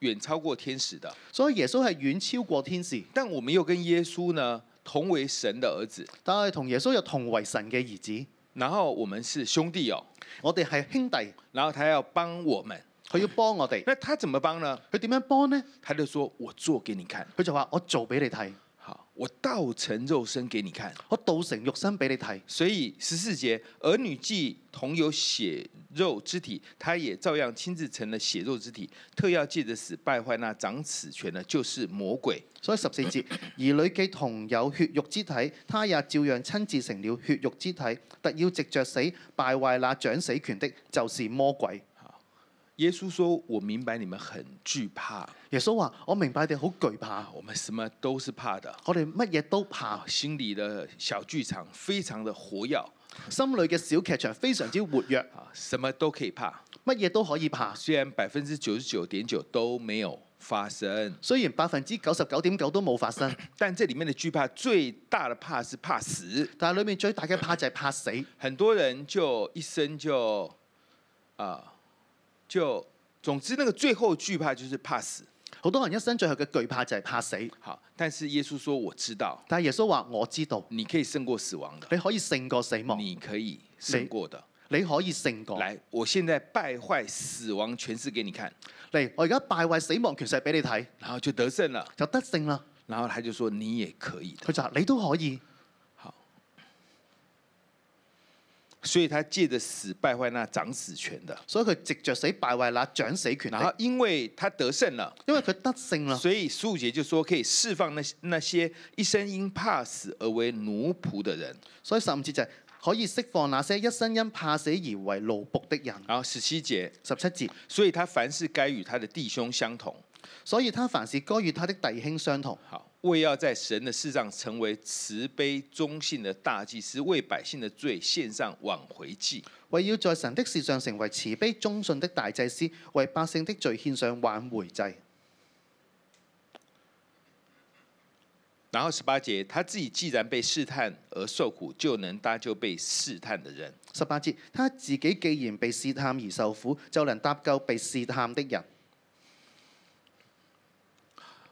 [SPEAKER 2] 远超过天使的，
[SPEAKER 3] 所以耶穌係遠超過天使，
[SPEAKER 2] 但我们又跟耶稣呢同为神的儿子，
[SPEAKER 3] 但係同耶穌又同為神嘅兒子。
[SPEAKER 2] 然后我们是兄弟哦，
[SPEAKER 3] 我哋係兄弟，
[SPEAKER 2] 然后他要帮我们，
[SPEAKER 3] 佢要幫我哋。
[SPEAKER 2] 那他怎么帮呢？
[SPEAKER 3] 佢點樣幫呢？
[SPEAKER 2] 他就说我做给你看。
[SPEAKER 3] 佢就話：我做俾你睇。
[SPEAKER 2] 好，我道成肉身给你看。
[SPEAKER 3] 我道成肉身俾你睇。
[SPEAKER 2] 所以十四节，儿女既同有血肉之体，他也照样亲自成了血肉之体，特要借着死败坏那掌此权的，就是魔鬼。
[SPEAKER 3] 所以十四節，兒女既同有血肉之體，他也照樣親自成了血肉之體，特要藉着死敗壞那掌死權的，就是魔鬼。
[SPEAKER 2] 耶稣说：“我明白你们很惧怕，啊
[SPEAKER 3] 耶穌話：我明白你好懼怕，
[SPEAKER 2] 我们什么都是怕的，啊
[SPEAKER 3] 我哋乜嘢都怕，
[SPEAKER 2] 心里的小剧场非常的活跃
[SPEAKER 3] 心裏嘅小劇場非常之活躍，
[SPEAKER 2] 啊，什么都可以怕。
[SPEAKER 3] 乜嘢都可以怕。
[SPEAKER 2] 虽然百分之九十九点九都没有发生，
[SPEAKER 3] 雖然百分之九十九點九都冇發生，
[SPEAKER 2] 但这里面的惧怕最大的怕是怕死。
[SPEAKER 3] 但係裏面最大嘅怕就係怕死。
[SPEAKER 2] 很多人就一生就啊、就总之那个最后惧怕就是怕死。
[SPEAKER 3] 好多人一生最後嘅懼怕就係怕死，
[SPEAKER 2] 好，但是耶稣说：“我知道
[SPEAKER 3] 但係耶穌話：我知道
[SPEAKER 2] 你可以胜过死亡的，
[SPEAKER 3] 你可以勝過死亡，
[SPEAKER 2] 你可以胜过的。
[SPEAKER 3] 你可以勝過。
[SPEAKER 2] 来，我现在败坏死亡权势给你看，
[SPEAKER 3] 嚟，我而家敗壞死亡權勢俾你睇，
[SPEAKER 2] 然后就得胜了。
[SPEAKER 3] 就得勝啦。
[SPEAKER 2] 然后他就说：你也可以的。
[SPEAKER 3] 佢就話：你都可以。
[SPEAKER 2] 所以他借着死败坏那掌死权的。
[SPEAKER 3] 所以佢藉着死敗壞那掌死權
[SPEAKER 2] 然后
[SPEAKER 3] 力，
[SPEAKER 2] 因为他得胜了。”
[SPEAKER 3] 因為佢得勝啦，
[SPEAKER 2] 所以十五节就说可以释放那那些一生因怕死而为奴仆的人。
[SPEAKER 3] 所以十五節就係可以釋放那些一生因怕死而為奴仆的人。
[SPEAKER 2] 然后十七节，
[SPEAKER 3] 十七節，
[SPEAKER 2] 所以他凡事该与他的弟兄相同，
[SPEAKER 3] 所以他凡事該與他的弟兄相同，
[SPEAKER 2] 好，为要在神的事上成为慈悲忠信的大祭司，为百姓的罪献上挽回祭。
[SPEAKER 3] 為要在神的事上成為慈悲忠信的大祭司，為百姓的罪獻上挽回祭。
[SPEAKER 2] 然后十八节，他自己既然被试探而受苦，就能搭救被试探的人。
[SPEAKER 3] 十八節，他自己既然被試探而受苦，就能搭救被試探的人。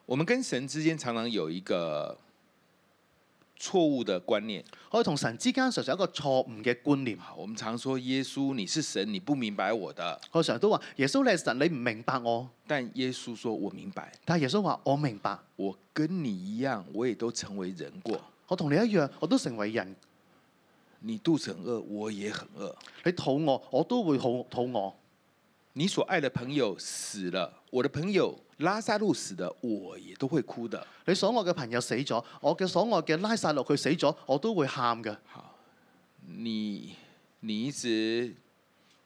[SPEAKER 2] 我们跟神之间常常有一个错误的观念，
[SPEAKER 3] 我哋同神之間常常有一個錯誤嘅觀念，
[SPEAKER 2] 好，我们常说耶稣你是神，你不明白我的。
[SPEAKER 3] 我常都話：耶穌你係神，你唔明白我。
[SPEAKER 2] 但耶稣说：“我明白，
[SPEAKER 3] 但係耶穌話：我明白。
[SPEAKER 2] 我跟你一样，我也都成为人过。
[SPEAKER 3] 我同你一樣，我都成為人。
[SPEAKER 2] 你肚子很饿，我也很饿。
[SPEAKER 3] 你肚餓，我都會好肚餓。
[SPEAKER 2] 你所爱的朋友死了，我的朋友拉萨路死了，我也都会哭的。
[SPEAKER 3] 你所愛嘅朋友死咗，我嘅所愛嘅拉撒路佢死咗，我都會喊嘅。
[SPEAKER 2] 你你一直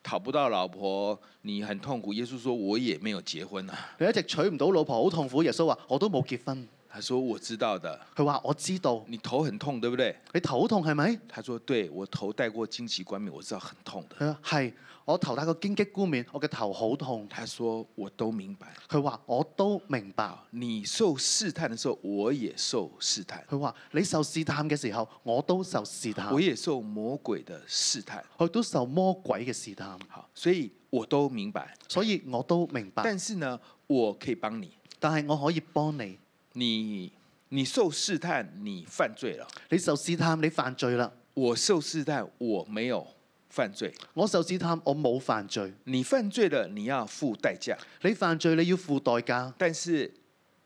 [SPEAKER 2] 讨不到老婆，你很痛苦。耶稣说：我也没有结婚啊。
[SPEAKER 3] 你一直娶唔到老婆，好痛苦。耶穌話：我都冇結婚。
[SPEAKER 2] 他说：我知道的。
[SPEAKER 3] 佢話：我知道
[SPEAKER 2] 你头很痛，对不对？
[SPEAKER 3] 你頭痛係咪？
[SPEAKER 2] 他说：对，我头戴过荆棘冠冕，我知道很痛的。
[SPEAKER 3] 佢話係，我頭戴個荊棘冠冕，我嘅頭好痛。
[SPEAKER 2] 他说：我都明白。
[SPEAKER 3] 佢話我都明白。
[SPEAKER 2] 你受试探的时候，我也受试探。
[SPEAKER 3] 佢話你受試探嘅時候，我都受試探
[SPEAKER 2] 我，也受魔鬼的试探，
[SPEAKER 3] 我都受魔鬼嘅試探，
[SPEAKER 2] 好，所以我都明白。
[SPEAKER 3] 所以我都明白。
[SPEAKER 2] 但是呢，我可以帮你。
[SPEAKER 3] 但係我可以幫你。
[SPEAKER 2] 你你受试探，你犯罪了；
[SPEAKER 3] 你受試探，你犯罪啦。
[SPEAKER 2] 我受试探，我没有犯罪。
[SPEAKER 3] 我受試探，我冇犯罪。
[SPEAKER 2] 你犯罪了，你要付代价；
[SPEAKER 3] 你犯罪你要付代價，
[SPEAKER 2] 但是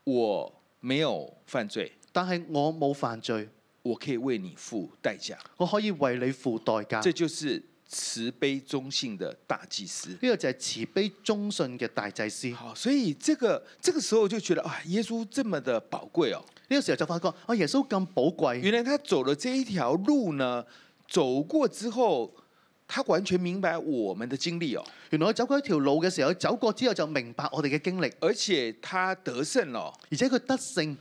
[SPEAKER 2] 我没有犯罪，
[SPEAKER 3] 但係我冇犯罪，
[SPEAKER 2] 我可以為你付代价。
[SPEAKER 3] 我可以為你付代價。
[SPEAKER 2] 这
[SPEAKER 3] 呢
[SPEAKER 2] 就是慈悲忠信的大祭司。
[SPEAKER 3] 個就係慈悲忠信嘅大祭司。呢、
[SPEAKER 2] 好，所以这个这个时候就觉得啊，耶穌这么的宝贵哦。
[SPEAKER 3] 個時候就發覺，啊耶穌咁寶貴，
[SPEAKER 2] 原来他走了这一条路呢，走过之后，他完全明白我们的经历哦，
[SPEAKER 3] 原來佢走過一條路嘅時候，佢走過之後就明白我哋嘅經歷，
[SPEAKER 2] 而且他得胜了哦。
[SPEAKER 3] 而且佢得勝。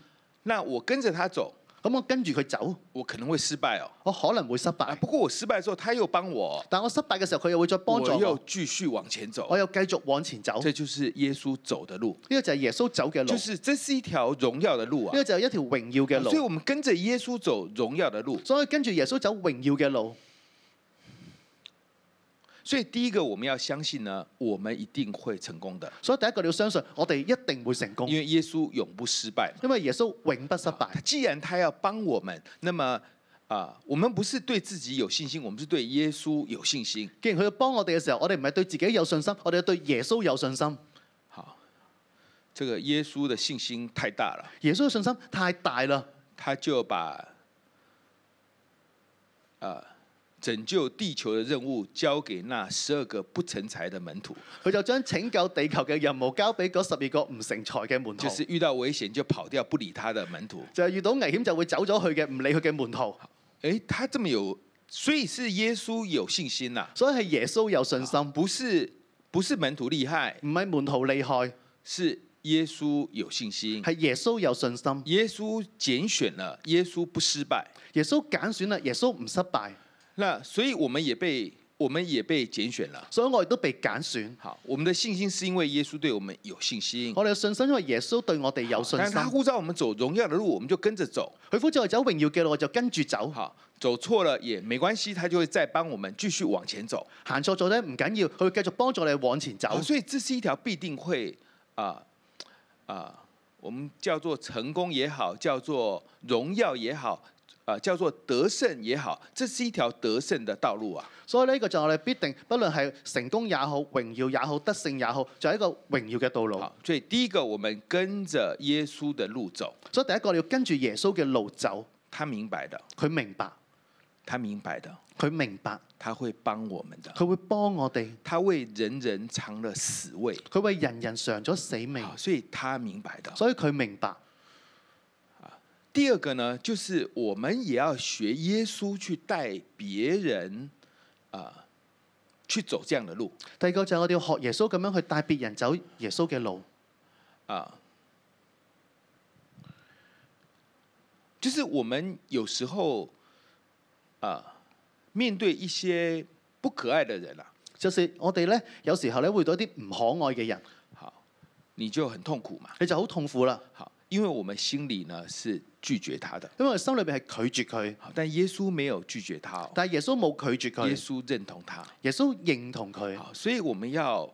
[SPEAKER 2] 那我跟着他走，
[SPEAKER 3] 咁我跟住佢走，
[SPEAKER 2] 我可能会失败哦。
[SPEAKER 3] 我可能會失
[SPEAKER 2] 啊，
[SPEAKER 3] 敗，
[SPEAKER 2] 不过我失败之后，他又帮我，
[SPEAKER 3] 但我失敗嘅時候，佢又會再幫
[SPEAKER 2] 我
[SPEAKER 3] 助
[SPEAKER 2] 又
[SPEAKER 3] 我，哎
[SPEAKER 2] 继续往前走
[SPEAKER 3] 我。又繼續往前走。呢、
[SPEAKER 2] 这就是耶穌走的路，
[SPEAKER 3] 個就係耶穌走嘅路，
[SPEAKER 2] 就
[SPEAKER 3] 呢、
[SPEAKER 2] 是这是一条荣耀的路啊
[SPEAKER 3] 個。就係一條榮耀嘅
[SPEAKER 2] 所以，
[SPEAKER 3] 路。
[SPEAKER 2] 我们跟着耶穌走荣耀的路。
[SPEAKER 3] 所以跟住耶穌走榮耀嘅路。
[SPEAKER 2] 所以，第一个我们要相信呢，我们一定会成功的，
[SPEAKER 3] 所以第一個你要相信，我哋一定會成功
[SPEAKER 2] 因。为耶穌永不失败嘛。
[SPEAKER 3] 因為耶穌永不失敗。
[SPEAKER 2] 既然他要帮我们，那么啊、我们不是对自己有信心，我們是對耶穌有信心。
[SPEAKER 3] 既然佢要幫我哋嘅時候，我哋唔係對自己有信心，我哋要對耶穌有信心。
[SPEAKER 2] 好，这个耶穌的信心太大了，
[SPEAKER 3] 耶穌嘅信心太大啦，
[SPEAKER 2] 他就把呃拯救地球的任务交给那十二个不成才的门徒，
[SPEAKER 3] 佢就將拯救地球嘅任務交俾嗰十二個唔成才嘅門徒
[SPEAKER 2] 就，是遇到危险就跑掉不理他的门徒。
[SPEAKER 3] 就係遇到危險就會走咗去嘅，唔理佢嘅門徒。
[SPEAKER 2] 诶，他这么有，所以是耶稣有信心呐、
[SPEAKER 3] 所以係耶穌有信心，
[SPEAKER 2] 不是不是门徒厉害，
[SPEAKER 3] 唔係門徒厲害，
[SPEAKER 2] 是耶稣有信心。
[SPEAKER 3] 係耶穌有信心。
[SPEAKER 2] 耶稣拣选了，耶稣不失败。
[SPEAKER 3] 耶穌揀選啦，耶穌唔失敗，
[SPEAKER 2] 那所以我们也被我们也被拣选了。
[SPEAKER 3] 所以我哋都被揀選。
[SPEAKER 2] 好，我们的信心是因为耶稣对我们有信心。
[SPEAKER 3] 我哋嘅信心因為耶穌對我哋有信
[SPEAKER 2] 但是
[SPEAKER 3] 心，
[SPEAKER 2] 他呼召我们走荣耀的路，我们就跟着走。
[SPEAKER 3] 佢呼召我哋走榮耀嘅路，我就跟住走。
[SPEAKER 2] 好，走错了也没关系，他就会再帮我们继续往前走。
[SPEAKER 3] 行錯咗咧唔緊要，佢會繼續幫助你往前走
[SPEAKER 2] 好，。所以这是一条必定会啊啊、我们叫做成功也好，叫做荣耀也好，啊、叫做得胜也好，这是一条得胜的道路啊。
[SPEAKER 3] 所以呢個就係我哋必定，不論係成功也好、榮耀也好、得勝也好，就係一個榮耀嘅道路。
[SPEAKER 2] 好，所以第一个，我们跟着耶稣的路走，
[SPEAKER 3] 所以第一個你要跟住耶穌嘅路走，
[SPEAKER 2] 他明白的，
[SPEAKER 3] 佢明白，
[SPEAKER 2] 他明白的，
[SPEAKER 3] 佢明白，
[SPEAKER 2] 他会帮我们的，
[SPEAKER 3] 佢會幫我哋，
[SPEAKER 2] 他为人人尝了死味，
[SPEAKER 3] 佢為人人嘗咗死命，
[SPEAKER 2] 好，所以他明白的。
[SPEAKER 3] 所以佢明白。
[SPEAKER 2] 第二个呢，就是我们也要学耶稣去带别人啊、去走这样的路
[SPEAKER 3] 第二個就係我哋要學耶穌咁樣去帶別人走耶穌嘅路，
[SPEAKER 2] 啊、就是我们有时候啊、面对一些不可爱的人啊，
[SPEAKER 3] 就是我哋呢，有時候咧會遇到一啲唔可愛嘅人，
[SPEAKER 2] 好，你就很痛苦嘛，
[SPEAKER 3] 你就好痛苦啦，
[SPEAKER 2] 好，因为我们心里呢是拒绝他的，
[SPEAKER 3] 因為心裏邊係拒絕佢，
[SPEAKER 2] 好，但耶稣没有拒绝他、哦，
[SPEAKER 3] 但係耶穌冇拒絕
[SPEAKER 2] 耶
[SPEAKER 3] 佢，
[SPEAKER 2] 稣认同他，
[SPEAKER 3] 耶穌認同佢，
[SPEAKER 2] 好，所以我们要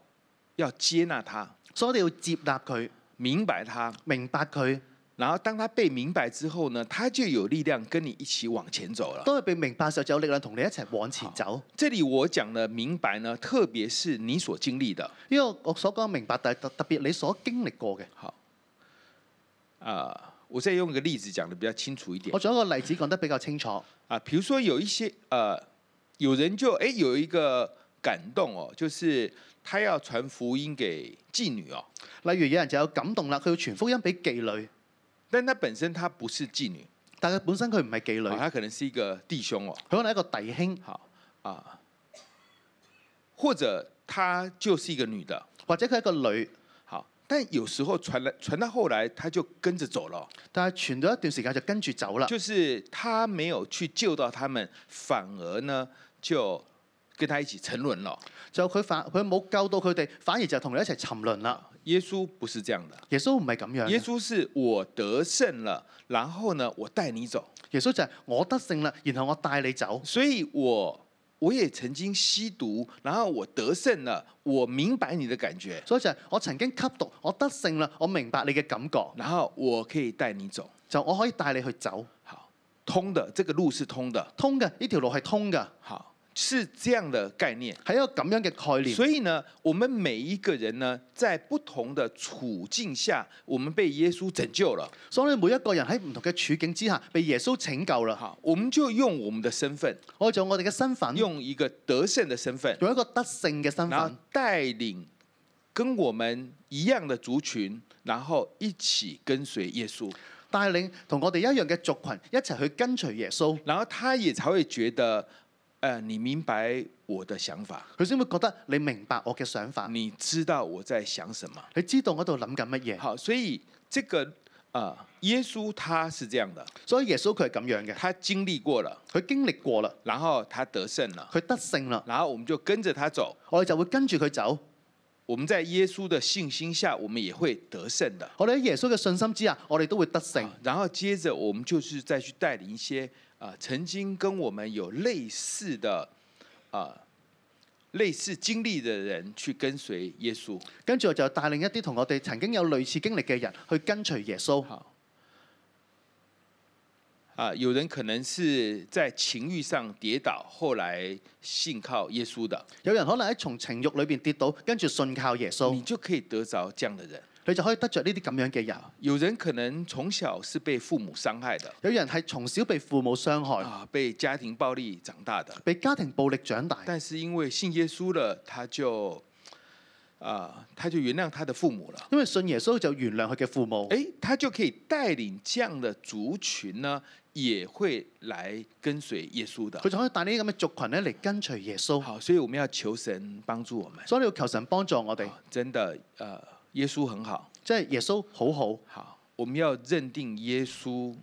[SPEAKER 2] 要接纳他，
[SPEAKER 3] 所以我哋要接納佢，
[SPEAKER 2] 明白他。
[SPEAKER 3] 明白佢。
[SPEAKER 2] 然后当他被明白之后呢，他就有力量跟你一起往前走了。
[SPEAKER 3] 當佢被明白嘅時候，就有力量同你一齊往前走。
[SPEAKER 2] 这里我讲的明白呢，特别是你所经历的，
[SPEAKER 3] 呢個我所講嘅明白，但係特特別你所經歷過嘅。
[SPEAKER 2] 好，啊，我再用一个例子讲的比较清楚一点
[SPEAKER 3] 我仲有一個例子講得比較清楚，
[SPEAKER 2] 啊，比如说有一些呃，有人就哎有一个感动哦，就是他要传福音给妓女哦，
[SPEAKER 3] 例如有人就有感動啦，佢要傳福音俾妓女，
[SPEAKER 2] 但他本身他不是妓女，
[SPEAKER 3] 但係佢本身佢唔係妓女，
[SPEAKER 2] 啊
[SPEAKER 3] 佢
[SPEAKER 2] 他可能是一个弟兄哦，
[SPEAKER 3] 可能係一個弟兄，
[SPEAKER 2] 好啊，或者他就是一个女的。
[SPEAKER 3] 或者佢係一個女，
[SPEAKER 2] 好，但有时候传来传到后来，他就跟着走了，
[SPEAKER 3] 但係傳咗一段時間就跟住走啦。
[SPEAKER 2] 就是他没有去救到他们，反而呢就跟他一起沉沦了。
[SPEAKER 3] 就佢反佢冇救到佢哋，反而就同你一齊沉淪啦。
[SPEAKER 2] 耶稣不是这样的，
[SPEAKER 3] 耶穌唔係咁樣
[SPEAKER 2] 耶
[SPEAKER 3] 嘅，
[SPEAKER 2] 稣是我得胜了，然后呢我带你走，
[SPEAKER 3] 耶穌就係我得勝啦，然後我帶你走。
[SPEAKER 2] 所以我。我也曾经吸毒，然后我得胜了，我明白你的感觉，
[SPEAKER 3] 所以就係我曾經吸毒，我得勝啦，我明白你嘅感覺，
[SPEAKER 2] 然後我可以带你走。
[SPEAKER 3] 就我可以帶你去走，
[SPEAKER 2] 好，通的，这个路是通的，
[SPEAKER 3] 通嘅呢條路係通嘅，
[SPEAKER 2] 好，是这样的概念。
[SPEAKER 3] 係一個咁樣嘅概念。
[SPEAKER 2] 所以呢，我们每一个人呢，在不同的处境下，我们被耶稣拯救了。
[SPEAKER 3] 所以每一個人喺唔同嘅處境之下，被耶穌拯救啦。
[SPEAKER 2] 好，我们就用我们的身份，
[SPEAKER 3] 我哋就用我哋嘅身份，用
[SPEAKER 2] 用一个得胜的身份，
[SPEAKER 3] 一個得勝嘅身
[SPEAKER 2] 然后
[SPEAKER 3] 份，
[SPEAKER 2] 带领跟我们一样的族群，然後一起跟隨耶穌，
[SPEAKER 3] 帶領同我哋一樣嘅族群一齊去跟隨耶穌，
[SPEAKER 2] 然後他也才會覺得，呃，你明白我的想法，
[SPEAKER 3] 佢先會覺得你明白我嘅想法，
[SPEAKER 2] 你知道我在想什么。
[SPEAKER 3] 你知道我喺度諗緊乜嘢。
[SPEAKER 2] 好，所以这个呃，耶穌他是这样的，
[SPEAKER 3] 所以耶穌佢係咁樣嘅，
[SPEAKER 2] 他經歷過了，
[SPEAKER 3] 佢經歷過啦，
[SPEAKER 2] 然後他得胜了。
[SPEAKER 3] 佢得勝啦，
[SPEAKER 2] 然后我们就跟着他走。
[SPEAKER 3] 我哋就會跟住佢走。
[SPEAKER 2] 我们在耶稣的信心下，我们也会得胜的。
[SPEAKER 3] 我哋喺耶穌嘅信心之下，我哋都會得勝。
[SPEAKER 2] 然后接着我们就是再去带领一些啊、呃曾经跟我们有类似的啊、呃类似经历的人去跟随耶稣。
[SPEAKER 3] 跟住我就帶領一啲同我哋曾經有類似經歷嘅人去跟隨耶穌。
[SPEAKER 2] 好。啊、有人可能是在情欲上跌倒，后来信靠耶稣的，
[SPEAKER 3] 有人可能喺從情慾裏邊跌倒，跟住信靠耶穌
[SPEAKER 2] 你，就可以得着这样的人。
[SPEAKER 3] 你就可以得着呢啲咁樣嘅人。
[SPEAKER 2] 有人可能从小是被父母伤害的
[SPEAKER 3] 有人係從小被父母傷害，
[SPEAKER 2] 啊，被家庭暴力长大的，
[SPEAKER 3] 被家庭暴力長大，
[SPEAKER 2] 但是因为信耶稣了，他就啊、他就原谅他的父母了。
[SPEAKER 3] 因為信耶穌就原諒佢嘅父母，
[SPEAKER 2] 诶，他就可以带领这样的族群呢，也会来跟随耶稣的
[SPEAKER 3] 佢。就可以哦帶呢啲咁嘅族群咧嚟跟隨耶穌。
[SPEAKER 2] 好，所以我们要求神帮助我们。
[SPEAKER 3] 所以你要求神幫助我哋，
[SPEAKER 2] 啊真的，呃，耶稣很好，
[SPEAKER 3] 即係耶穌好好。
[SPEAKER 2] 好，我们要认定耶稣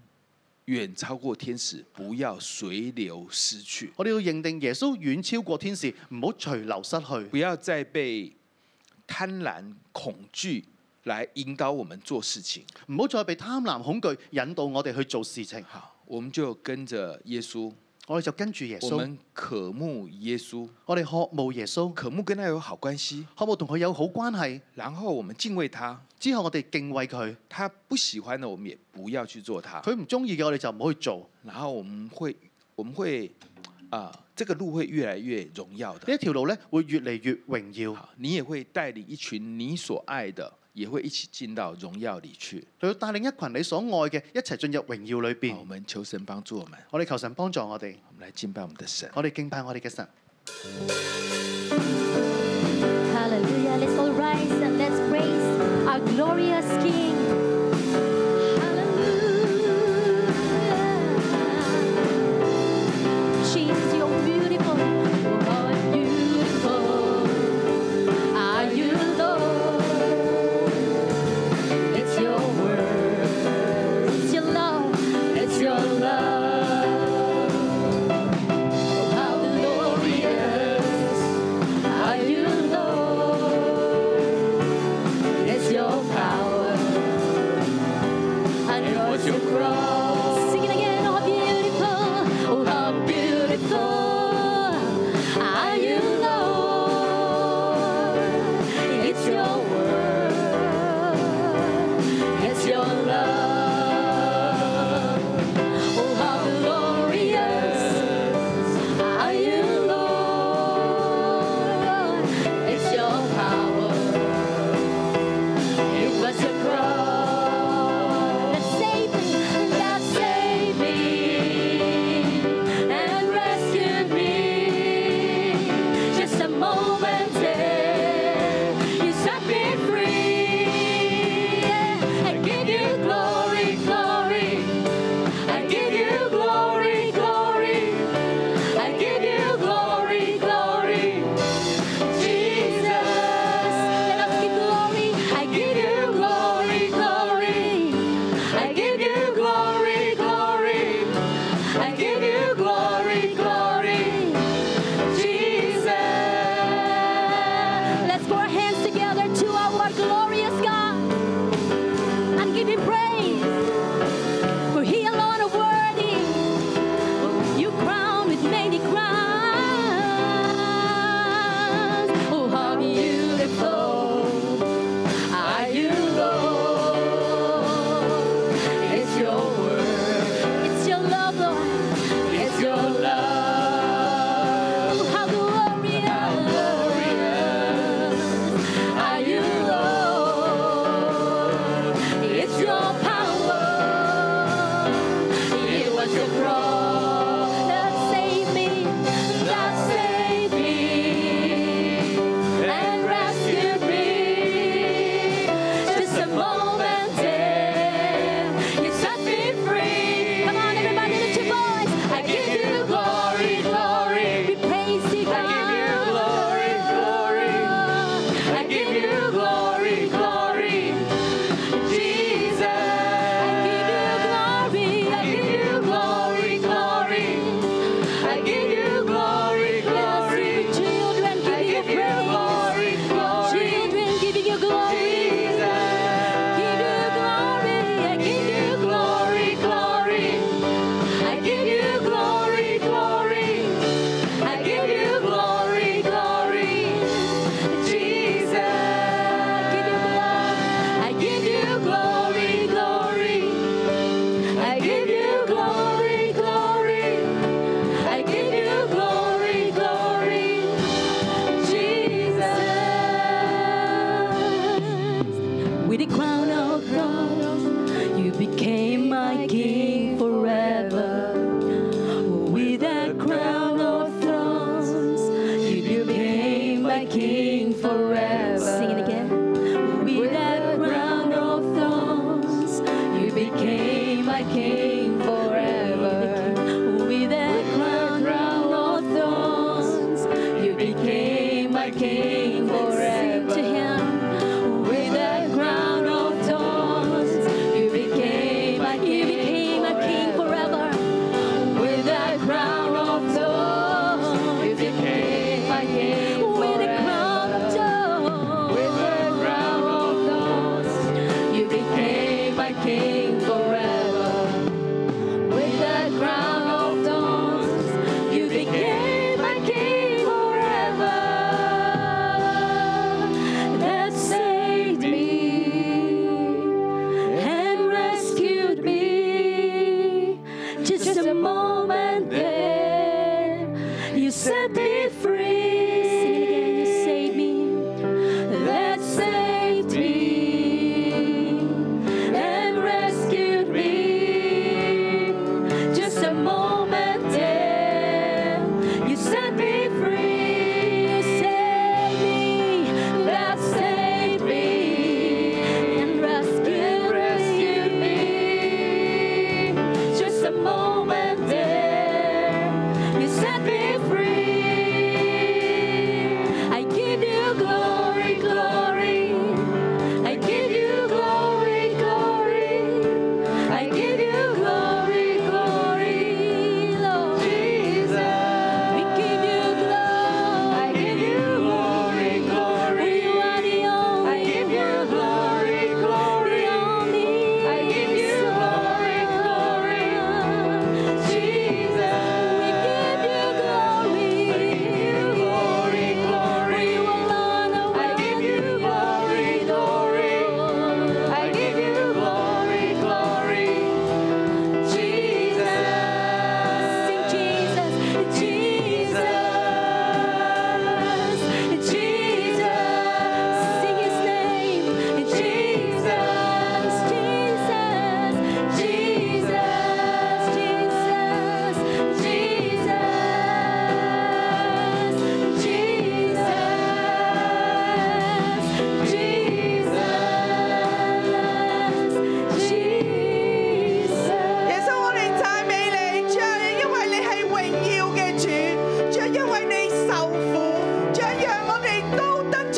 [SPEAKER 2] 远超过天使，不要随流失去，
[SPEAKER 3] 我哋要認定耶穌遠超過天使，唔好隨流失去，
[SPEAKER 2] 不要再被贪婪、恐惧来引导我们做事情。
[SPEAKER 3] 唔好再被貪婪恐懼引導我哋去做事情。
[SPEAKER 2] 好，我们就跟着耶稣，
[SPEAKER 3] 我哋就跟住耶
[SPEAKER 2] 我
[SPEAKER 3] 穌，
[SPEAKER 2] 们渴慕耶稣，
[SPEAKER 3] 我哋渴慕耶穌，
[SPEAKER 2] 渴慕跟他有好关系，
[SPEAKER 3] 渴慕同佢有好關係。
[SPEAKER 2] 然后我们敬畏他。
[SPEAKER 3] 之後我哋敬畏佢，
[SPEAKER 2] 他不喜欢的，我们也不要去做他。
[SPEAKER 3] 佢唔中意嘅我哋就唔好去做。
[SPEAKER 2] 然后我们会，我们会，啊、这个路会越来越荣耀的
[SPEAKER 3] 呢。一條路咧會越嚟越榮耀，
[SPEAKER 2] 好，你也会带领一群你所爱的，也会一起进到荣耀里去。
[SPEAKER 3] 你要帶領一群你所愛嘅一齊進入榮耀
[SPEAKER 2] 好
[SPEAKER 3] 裏
[SPEAKER 2] 我
[SPEAKER 3] 邊。
[SPEAKER 2] 们求神帮助我们，
[SPEAKER 3] 我哋求神幫助我哋，
[SPEAKER 2] 我们来敬拜我们的神。
[SPEAKER 3] 我哋敬拜我哋嘅神。
[SPEAKER 4] Hallelujah. Let's all rise and let's praise our glorious King. Hallelujah. Jesus, you're beautiful. Oh, beautiful. Are you Lord? It's your word. It's your love. It's your love. Oh, how glorious. Are you Lord?
[SPEAKER 5] Oh,
[SPEAKER 4] Oh,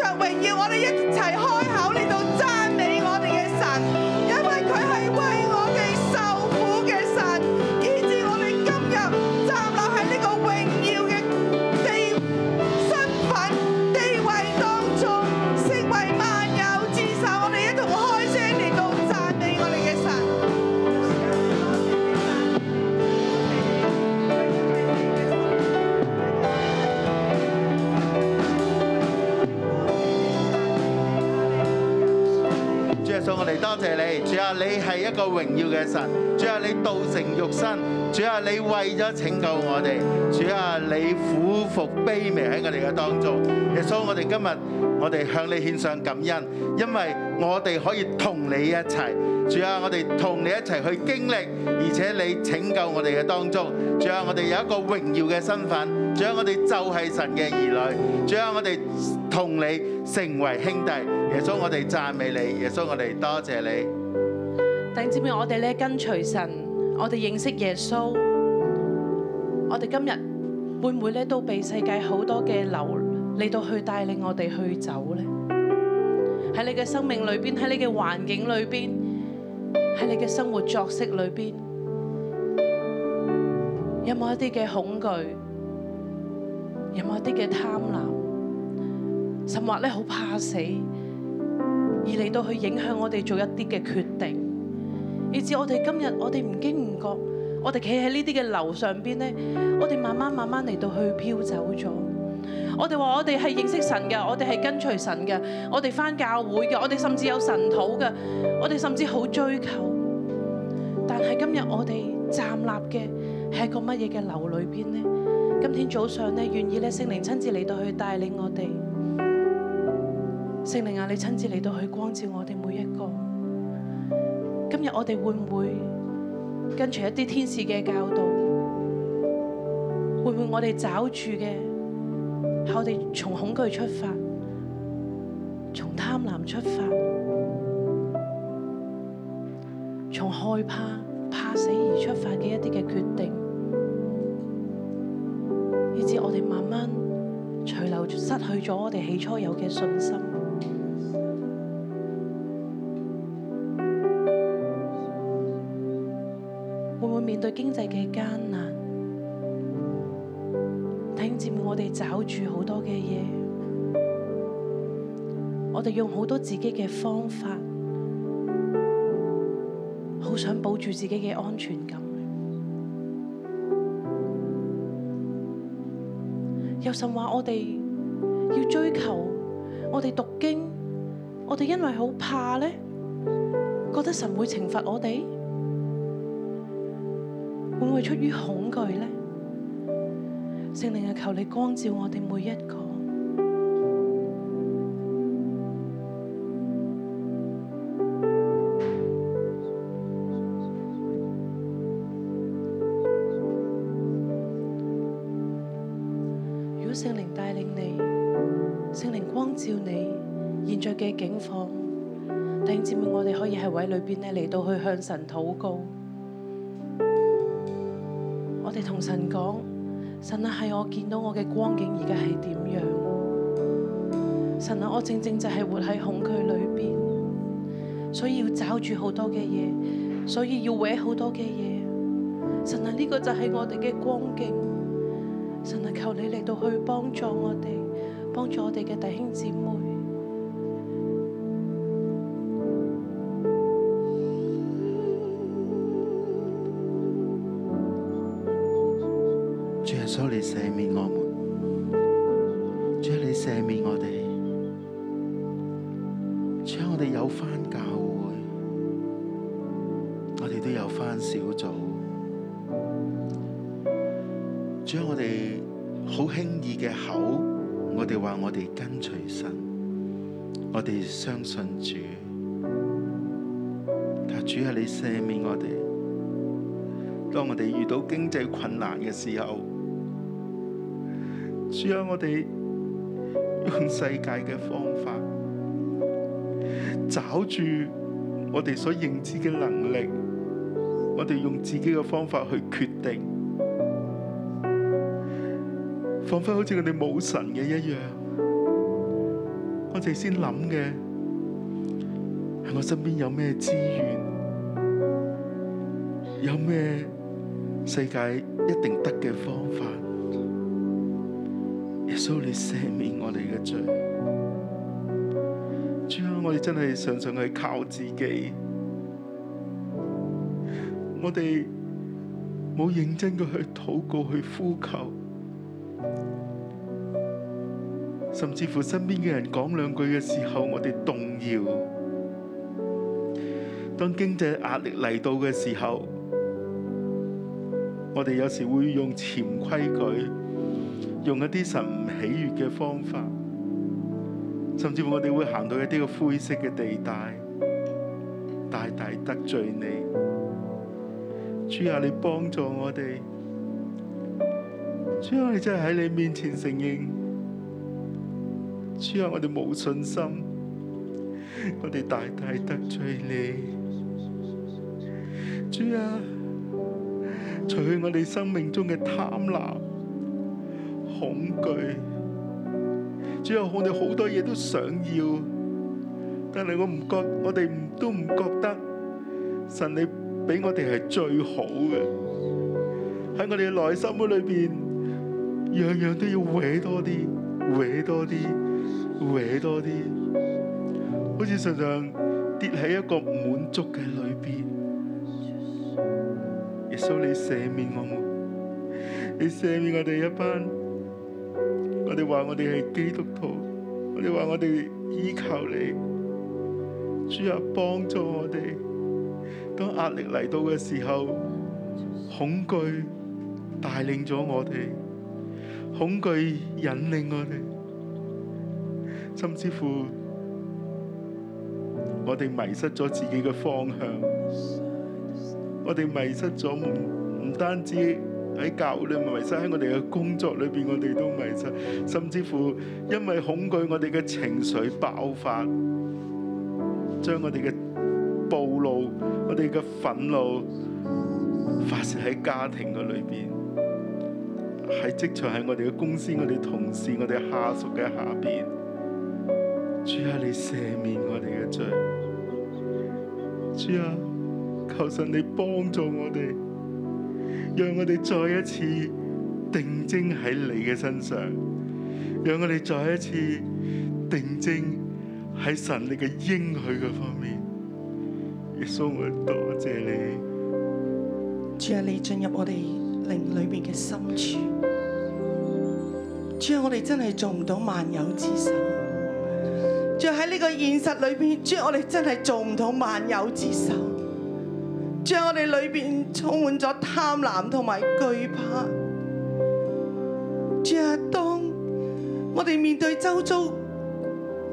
[SPEAKER 1] 齊開口嚟到讚美我哋嘅神，因為佢係為我哋受苦嘅神，以致我哋今日站立喺呢個榮耀嘅地身份地位當中，成為萬有之首。我哋一同開聲嚟到讚美我哋嘅神。
[SPEAKER 6] 主耶穌，我哋多謝你。主啊，你係一個榮耀嘅神。主啊，你道成肉身。主啊，你為咗拯救我哋。主啊，你俯伏卑微喺我哋嘅當中。耶穌，我哋今日我哋向你獻上感恩，因為我哋可以同你一齊。主啊，我哋同你一齊去經歷，而且你拯救我哋嘅當中。主啊，我哋有一個榮耀嘅身份。主啊，我哋就係神嘅兒女。主啊，我哋同你成為兄弟。耶穌，我哋讚美你，耶穌，我哋多謝你。
[SPEAKER 7] 弟兄姊妹，我哋咧跟隨神，我哋認識耶穌，我哋今日會唔會咧都被世界好多嘅流嚟到去帶領我哋去走咧？喺你嘅生命裏邊，喺你嘅環境裏邊，喺你嘅生活作息裏邊，有冇一啲嘅恐懼？有冇一啲嘅貪婪？甚或咧好怕死，而嚟到去影響我哋做一啲嘅決定。以至我哋今日我哋唔經唔覺，我哋企喺呢啲嘅樓上邊咧，我哋慢慢慢慢嚟到去飄走咗。我哋話我哋係認識神嘅，我哋係跟隨神嘅，我哋返教會嘅，我哋甚至有神土嘅，我哋甚至好追求。但係今日我哋站立嘅係一個乜嘢嘅樓裏邊呢？今天早上咧，願意咧聖靈親自嚟到去帶領我哋。聖靈啊，你親自嚟到去光照我哋每一個。今日我哋會唔會跟隨一啲天使嘅教導？會唔會我哋找住嘅係我哋從恐懼出發，從貪婪出發，從害怕、怕死而出發嘅一啲嘅決定，以至我哋慢慢隨流失去咗我哋起初有嘅信心。會唔會面對經濟嘅艱難？弟兄姊妹，我哋找住好多嘅嘢，我哋用好多自己嘅方法，好想保住自己嘅安全感。有神話我哋要追求，我哋讀經，我哋因為好怕呢，覺得神會懲罰我哋。會唔會出於恐懼呢？聖靈啊，求你光照我哋每一個。如果聖靈帶領你，聖靈光照你現在嘅境況，弟兄姊妹，我哋可以喺位裏邊咧嚟到去向神禱告。我哋同神講：神啊，係我見到我嘅光景而家係點樣？神啊，我正正就係活喺恐懼裏邊，所以要找住好多嘅嘢，所以要搲好多嘅嘢。神啊，呢、個就係我哋嘅光景。神啊，求你嚟到去幫助我哋，幫助我哋嘅弟兄姊妹。
[SPEAKER 6] 主耶穌，你赦免我們，主啊，你赦免我哋，主啊，我哋有翻教會，我哋都有翻小組，主啊，我哋好輕易嘅口，我哋話我哋跟隨神，我哋相信主，但主啊，你赦免我哋。當我哋遇到經濟困難嘅時候，主啊，我哋用世界嘅方法，找住我哋所認知嘅能力，我哋用自己嘅方法去決定，彷彿好似我哋冇神嘅一樣，我哋先諗嘅我身邊有咩資源，有咩世界一定得嘅方法。耶穌，你赦免我哋嘅罪。主啊，我哋真係常常係靠自己，我哋冇認真嘅去禱告、去呼求。甚至乎身邊嘅人講兩句嘅時候，我哋動搖。當經濟壓力嚟到嘅時候，我哋有時會用潛規矩，用一啲神唔喜悅嘅方法，甚至乎我哋會行到一啲嘅灰色嘅地帶，大大得罪你。主啊，你幫助我哋。主啊，我哋真係喺你面前承認。主啊，我哋冇信心，我哋大大得罪你。主啊，除去我哋生命中嘅貪婪、恐懼。主啊，我哋好多嘢都想要，但係我唔覺，我哋唔都唔覺得神你俾我哋係最好嘅。喺我哋嘅內心嗰裏邊，樣樣都要搲多啲，搲多啲。搲多啲，好似常常跌喺一個唔滿足嘅裏邊。耶穌，你赦免我們，你赦免我哋一班，我哋話我哋係基督徒，我哋話我哋依靠你，主啊，幫助我哋。當壓力嚟到嘅時候，恐懼帶領咗我哋，恐懼引領我哋。甚至乎我哋迷失咗自己嘅方向，我哋迷失咗唔唔單止喺教會裏面迷失，喺我哋嘅工作裏邊我哋都迷失，甚至乎因為恐懼，我哋嘅情緒爆發，將我哋嘅暴怒、我哋嘅憤怒發泄喺家庭嘅裏邊。喺職場、喺我哋嘅公司、我哋同事、我哋下屬嘅下邊，主啊，你赦免我哋嘅罪。主啊，求神你幫助我哋，讓我哋再一次定睛喺你嘅身上，讓我哋再一次定睛喺神你嘅應許嘅方面。耶穌，我多謝你。
[SPEAKER 7] 主啊，你進入我哋靈裏邊嘅深處。主啊，我哋真係做唔到萬有之首。主啊，喺呢個現實裏邊，主啊，我哋真係做唔到萬有之首。主啊，我哋裏邊充滿咗貪婪同埋懼怕。主啊，當我哋面對周遭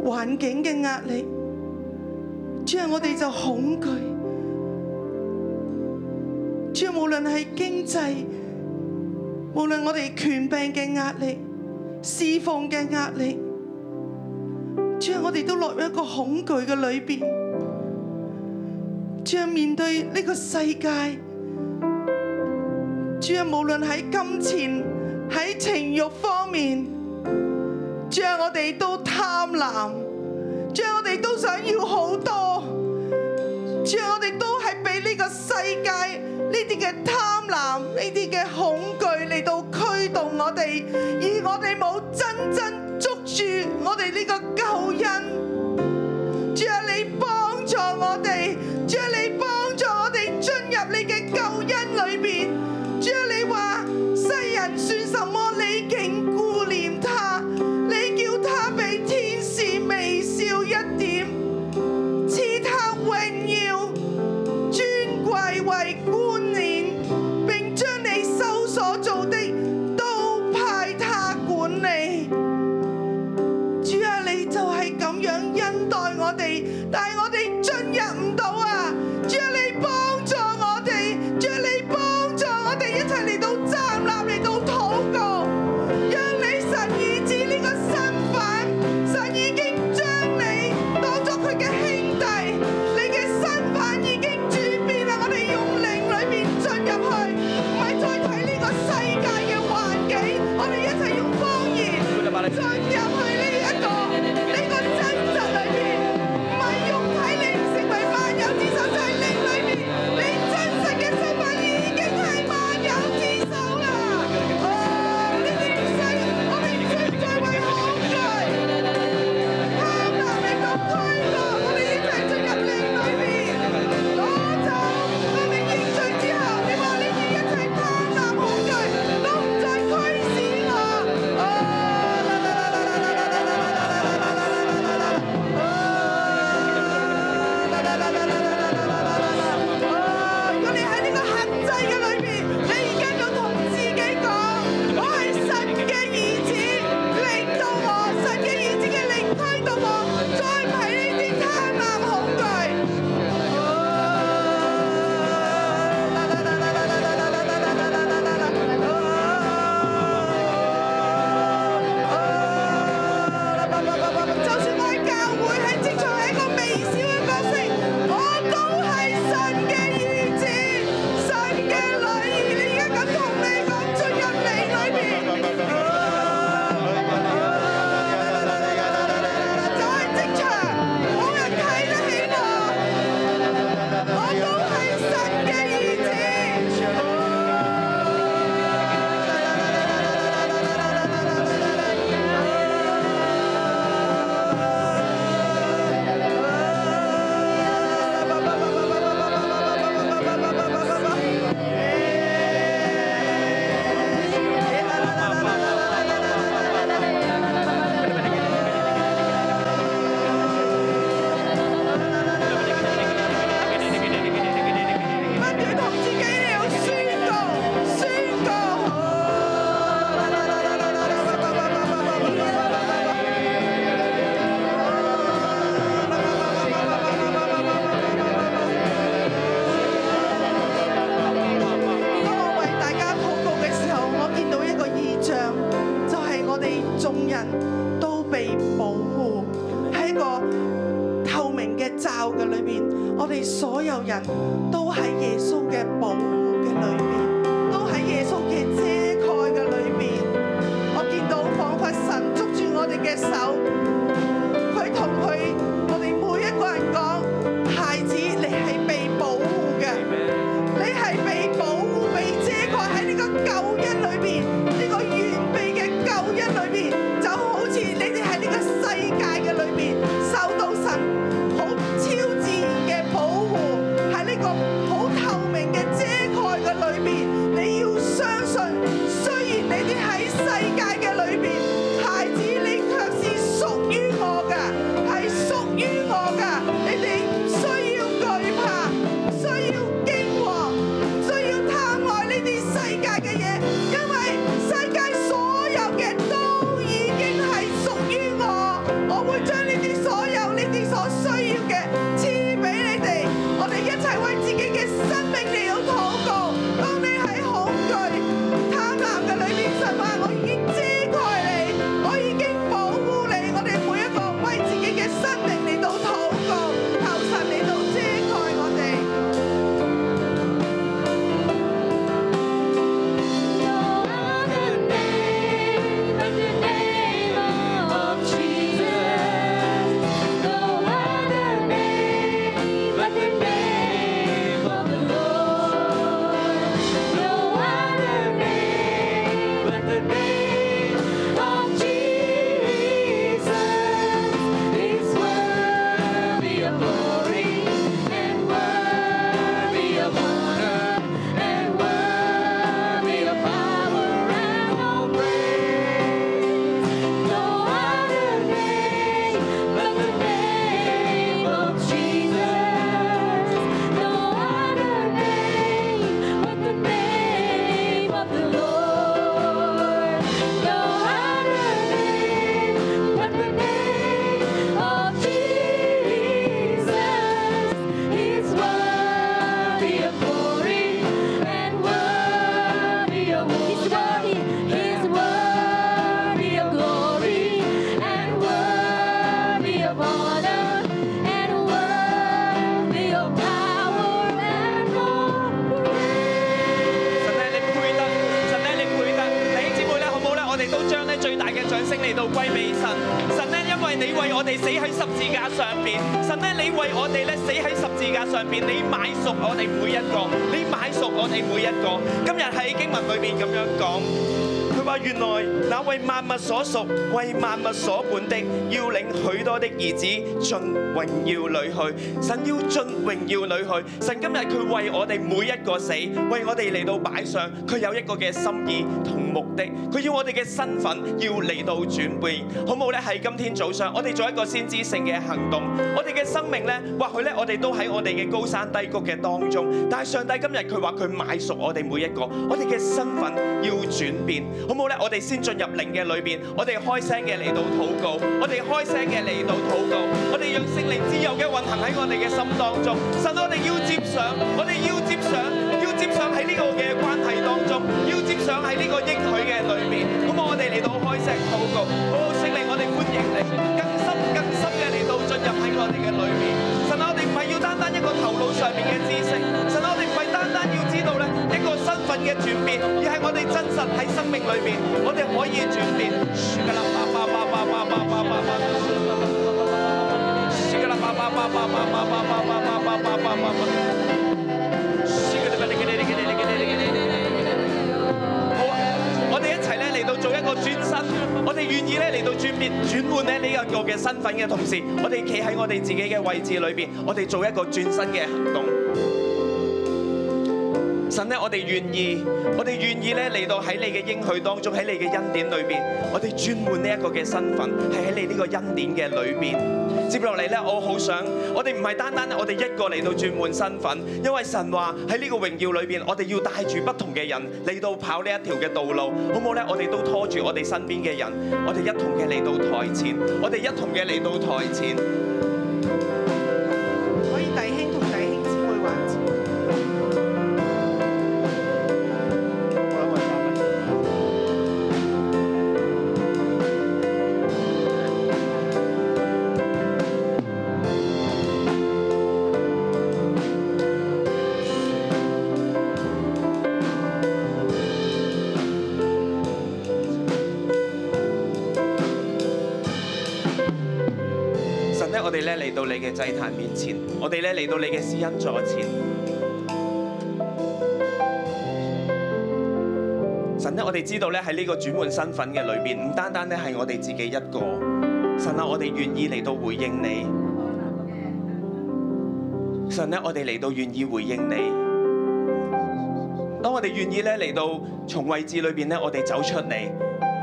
[SPEAKER 7] 環境嘅壓力，主啊，我哋就恐懼。主啊，無論係經濟，無論我哋權柄嘅壓力、侍奉嘅壓力，主啊，我哋都落入一個恐懼嘅裏邊。主啊，面對呢個世界，主啊，無論喺金錢、喺情慾方面，主啊，我哋都貪婪，主啊，我哋都想要好多。主啊，我哋都係俾呢個世界呢啲嘅貪婪、呢啲嘅恐懼嚟到驅動我哋，而我哋冇真真捉住我哋呢個救恩。主啊，你幫助我哋，主啊，你幫助我哋進入你嘅救恩裏邊。主啊，你話世人算什麼？你竟顧念他，你叫他比天使微小一點，賜他榮耀。尊貴為冠冕，並將你收所啊啊
[SPEAKER 6] 我哋所有人都喺耶穌嘅保護嘅裏面，都喺耶穌嘅遮蓋嘅裏面。我見到彷彿神捉住我哋嘅手，佢同佢我哋每一個人講：孩子，你係被保護嘅，你係被保護、被遮蓋喺呢個救恩裏面，呢個完備嘅救恩裏面，就好似你哋喺呢個世界嘅裏面受到神。好超自然嘅保護，喺呢個好透明嘅遮蓋嘅裏面，你要相信，雖然你哋喺世界嘅裏面，孩子你卻是屬於我嘅，係屬於我嘅，你哋唔需要懼怕，唔需要驚惶，唔需要貪愛呢啲世界嘅嘢，因為世界所有嘅都已經係屬於我，我會將呢啲所有呢啲所需要嘅賜俾你哋，我哋一齊為自己嘅生命嚟到禱告。當你喺恐懼、貪婪嘅裏面，神話我已經遮蓋你，我已經保護你。我哋每一個為自己嘅生命嚟到禱告，求神嚟到遮蓋我哋。
[SPEAKER 4] Glory and worthy of honor and worthy of power and all praise. No other name but the name of Jesus. No other name but the name of the Lord. No other name but the name of Jesus. He's worthy of glory and worthy of honor. He's worthy of glory and worthy of honor and worthy of power and all praise.
[SPEAKER 7] 神咧，你配得，神咧，你配得，弟兄姊妹咧，好唔好咧？我哋都將咧最大嘅掌聲嚟到歸俾神。神咧，因為你為我哋死喺十字架上邊，神咧，你為我哋咧死喺十字架上邊，你買贖我哋每一個，你買贖我哋每一個。今日喺經文裏邊咁樣講。佢話：原來那為萬物所屬、為萬物所本的，要領許多的兒子進榮耀裏去。神要進榮耀裏去。神今日佢為我哋每一個死，為我哋嚟到擺上，佢有一個嘅心意同目的。佢要我哋嘅身份要嚟到轉變，好冇咧？喺今天早上，我哋做一個先知性嘅行動。我哋嘅生命咧，或許咧，我哋都喺我哋嘅高山低谷嘅當中，但係上帝今日佢話佢買贖我哋每一個，我哋嘅身份要轉變，好唔好咧？我哋先進入靈嘅裏邊，我哋開聲嘅嚟到禱告，我哋開聲嘅嚟到禱告，我哋讓聖靈自由嘅運行喺我哋嘅心當中。神，我哋要接上，我哋要接上，要接上喺呢個嘅關係當中，要接上喺呢個應許嘅裏面。咁我哋嚟到開聲禱告，好唔好聖靈，我哋歡迎你，更深更深嘅嚟到進入喺我哋嘅裏面。神啊，我哋唔係要單單一個頭腦上面嘅知識，神啊，我哋唔係單單要知道咧一個身份嘅轉變，而係我哋真實喺生命裏面，我哋可以轉變。好啊！我哋一齊咧嚟到做一個轉身，我哋願意咧嚟到轉變、轉換咧呢一個嘅身份嘅同時，我哋企喺我哋自己嘅位置裏邊，我哋做一個轉身嘅行動。神咧，我哋願意，我哋願意咧嚟到喺你嘅應許當中，喺你嘅恩典裏邊，我哋轉換呢一個嘅身份，係喺你呢個恩典嘅裏邊。接落嚟咧，我好想，我哋唔係單單我哋一個嚟到轉換身份，因為神話喺呢個榮耀裏邊，我哋要帶住不同嘅人嚟到跑呢一條嘅道路，好唔好咧？我哋都拖住我哋身邊嘅人，我哋一同嘅嚟到台前，我哋一同嘅嚟到台前。
[SPEAKER 6] 可以弟兄同弟兄姊妹玩。
[SPEAKER 7] Hãy subscribe cho kênh Ghiền Mì Gõ Để không bỏ lỡ 哋咧嚟到你嘅祭壇面前，我哋咧嚟到你嘅施恩座前。神咧，我哋知道咧喺呢個轉換身份嘅裏邊，唔單單咧係我哋自己一個。神啊，我哋願意嚟到回應你。神咧，我哋嚟到願意回應你。當我哋願意咧嚟到從位置裏邊咧，我哋走出嚟，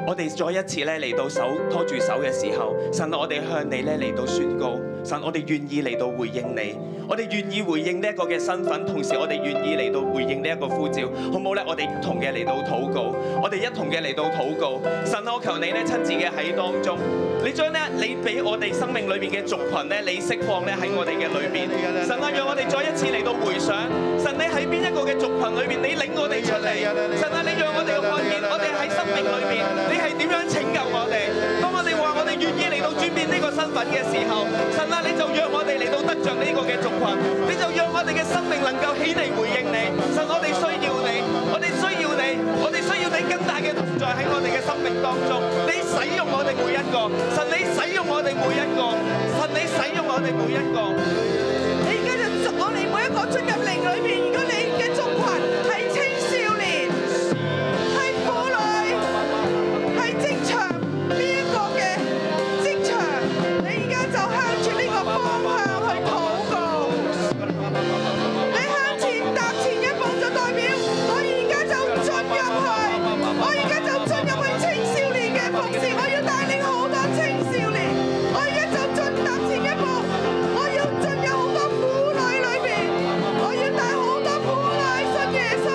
[SPEAKER 7] 我哋再一次咧嚟到手拖住手嘅時候，神啊，我哋向你咧嚟到宣告，神，我哋願意嚟到回應你，我哋願意回應呢一個嘅身份，同時我哋願意嚟到回應呢一個呼召，好唔好咧？我哋同嘅嚟到禱告，我哋一同嘅嚟到禱告，神啊，我求你咧親自嘅喺當中，你將咧你俾我哋生命裏邊嘅族群咧，你釋放咧喺我哋嘅裏邊，神啊，讓我哋再一次嚟到回想，神你喺邊一個嘅族群裏邊，你領我哋出嚟，神啊，你讓我哋嘅看見，我哋喺生命裏邊，你係點樣拯救我哋？當我哋話我哋願意嚟到轉變呢個身份嘅時候，神啊，你就讓我哋嚟到得着呢個嘅族群，你就讓我哋嘅生命能夠起嚟回應你，神，我哋需要你，我哋需要你，我哋需要你更大嘅同在喺我哋嘅生命當中，你使用我哋每一個，神你使用我哋每一個，神你使用我哋每一個。
[SPEAKER 5] 你而家就祝我哋每一個進入靈裏面，如果你嘅族群係青少年、係婦女、係職場呢一個嘅職場，你而家就向住呢個方向去禱告。你向前踏前一步就代表我而家就進入去，我而家就進入去青少年嘅服侍，我要帶領好多青少年，我而家就進踏前一步，我要進入好多婦女裏邊，我要帶好多婦女信耶穌，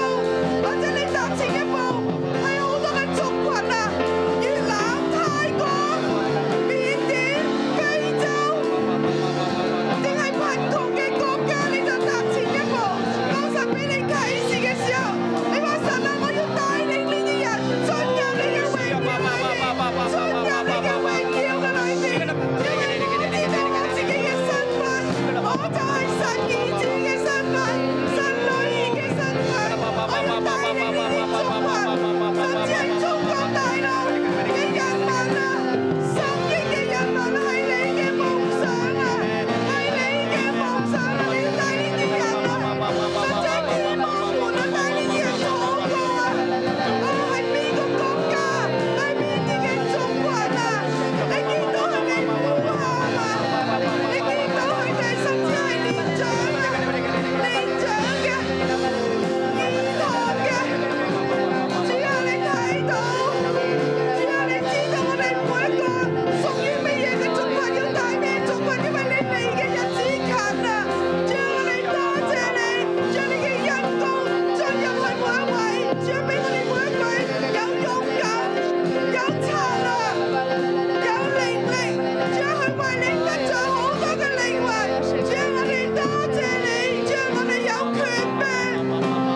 [SPEAKER 5] 或者你踏前一步係好多嘅族群啊，
[SPEAKER 7] à?
[SPEAKER 5] 越南、泰國、緬甸、非洲。定係貧窮嘅國家，你就踏前一步。當神俾你啟示嘅時候，你話神啊，我要帶領呢啲人進入你嘅榮耀裏面，進入你嘅榮耀嘅裏面。因為我知道我自己嘅身份，我就係神兒子嘅身份，神女兒嘅身份。我要帶領呢啲族群，甚至係中國大陸嘅人民啊，十億嘅人民係你嘅夢想啊，係你嘅夢想啊，你要帶呢啲人啊，神將希望門啊，帶呢啲人禱告啊，無論係邊個國家，係邊啲嘅族群啊，你見到佢哋呼喊啊，你見到佢哋甚至係年長啊，年長嘅兒童嘅。只要你睇到，只要你知道我哋每一個屬於乜嘢嘅族群，要帶咩族群，因為你嚟嘅日子近啦。主要我哋多謝你，將你嘅恩膏進入去每一位，主要俾我哋每一句有勇敢、有策略、有能力，主要去為你得咗好多嘅靈魂。主要我哋多謝你，主要我哋有權柄。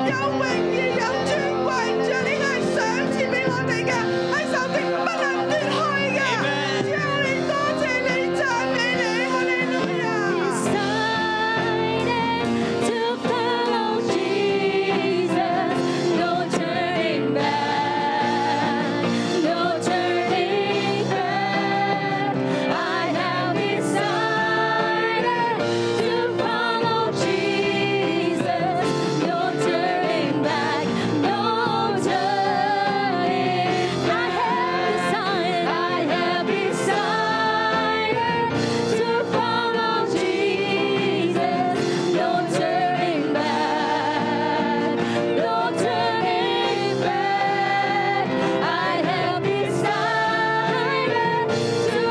[SPEAKER 5] 有榮耀有尊貴，主啊，你係賞賜俾我哋嘅，係仇敵不能奪去嘅。主啊，我哋多謝你，讚美你，哈利路亞。
[SPEAKER 4] Decided to follow Jesus, no turning back, no turning back. I have decided to follow Jesus, no turning back, no turning. I have decided, I have decided to follow Jesus, no turning back, no turning back. I have decided to follow Jesus, no turning back, no turning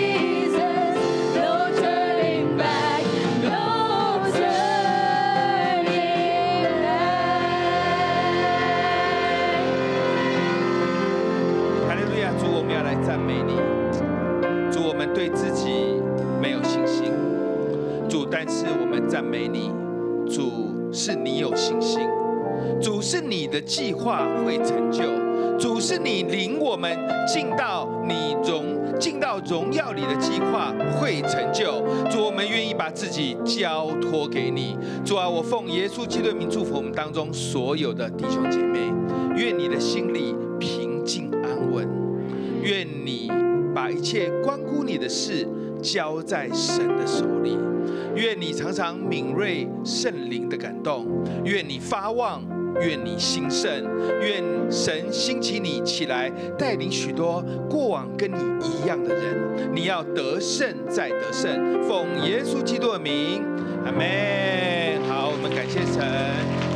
[SPEAKER 4] back.
[SPEAKER 2] 哈利路亚，主，我们要来赞美你。主，我们对自己没有信心，主，但是我们赞美你，主是你有信心，主是你的计划会成就，主是你领我们进到你荣进到荣耀里的计划会成就。主，我们愿意把自己交托给你。主啊，我奉耶稣基督的名祝福我们当中所有的弟兄姐妹，愿你的心里平静安稳。愿你把一切关乎你的事交在神的手里。愿你常常敏锐圣灵的感动，愿你发旺，愿你兴盛，愿神兴起你起来，带领许多过往跟你一样的人。你要得胜再得胜，奉耶稣基督的名，阿门。好，我们感谢神。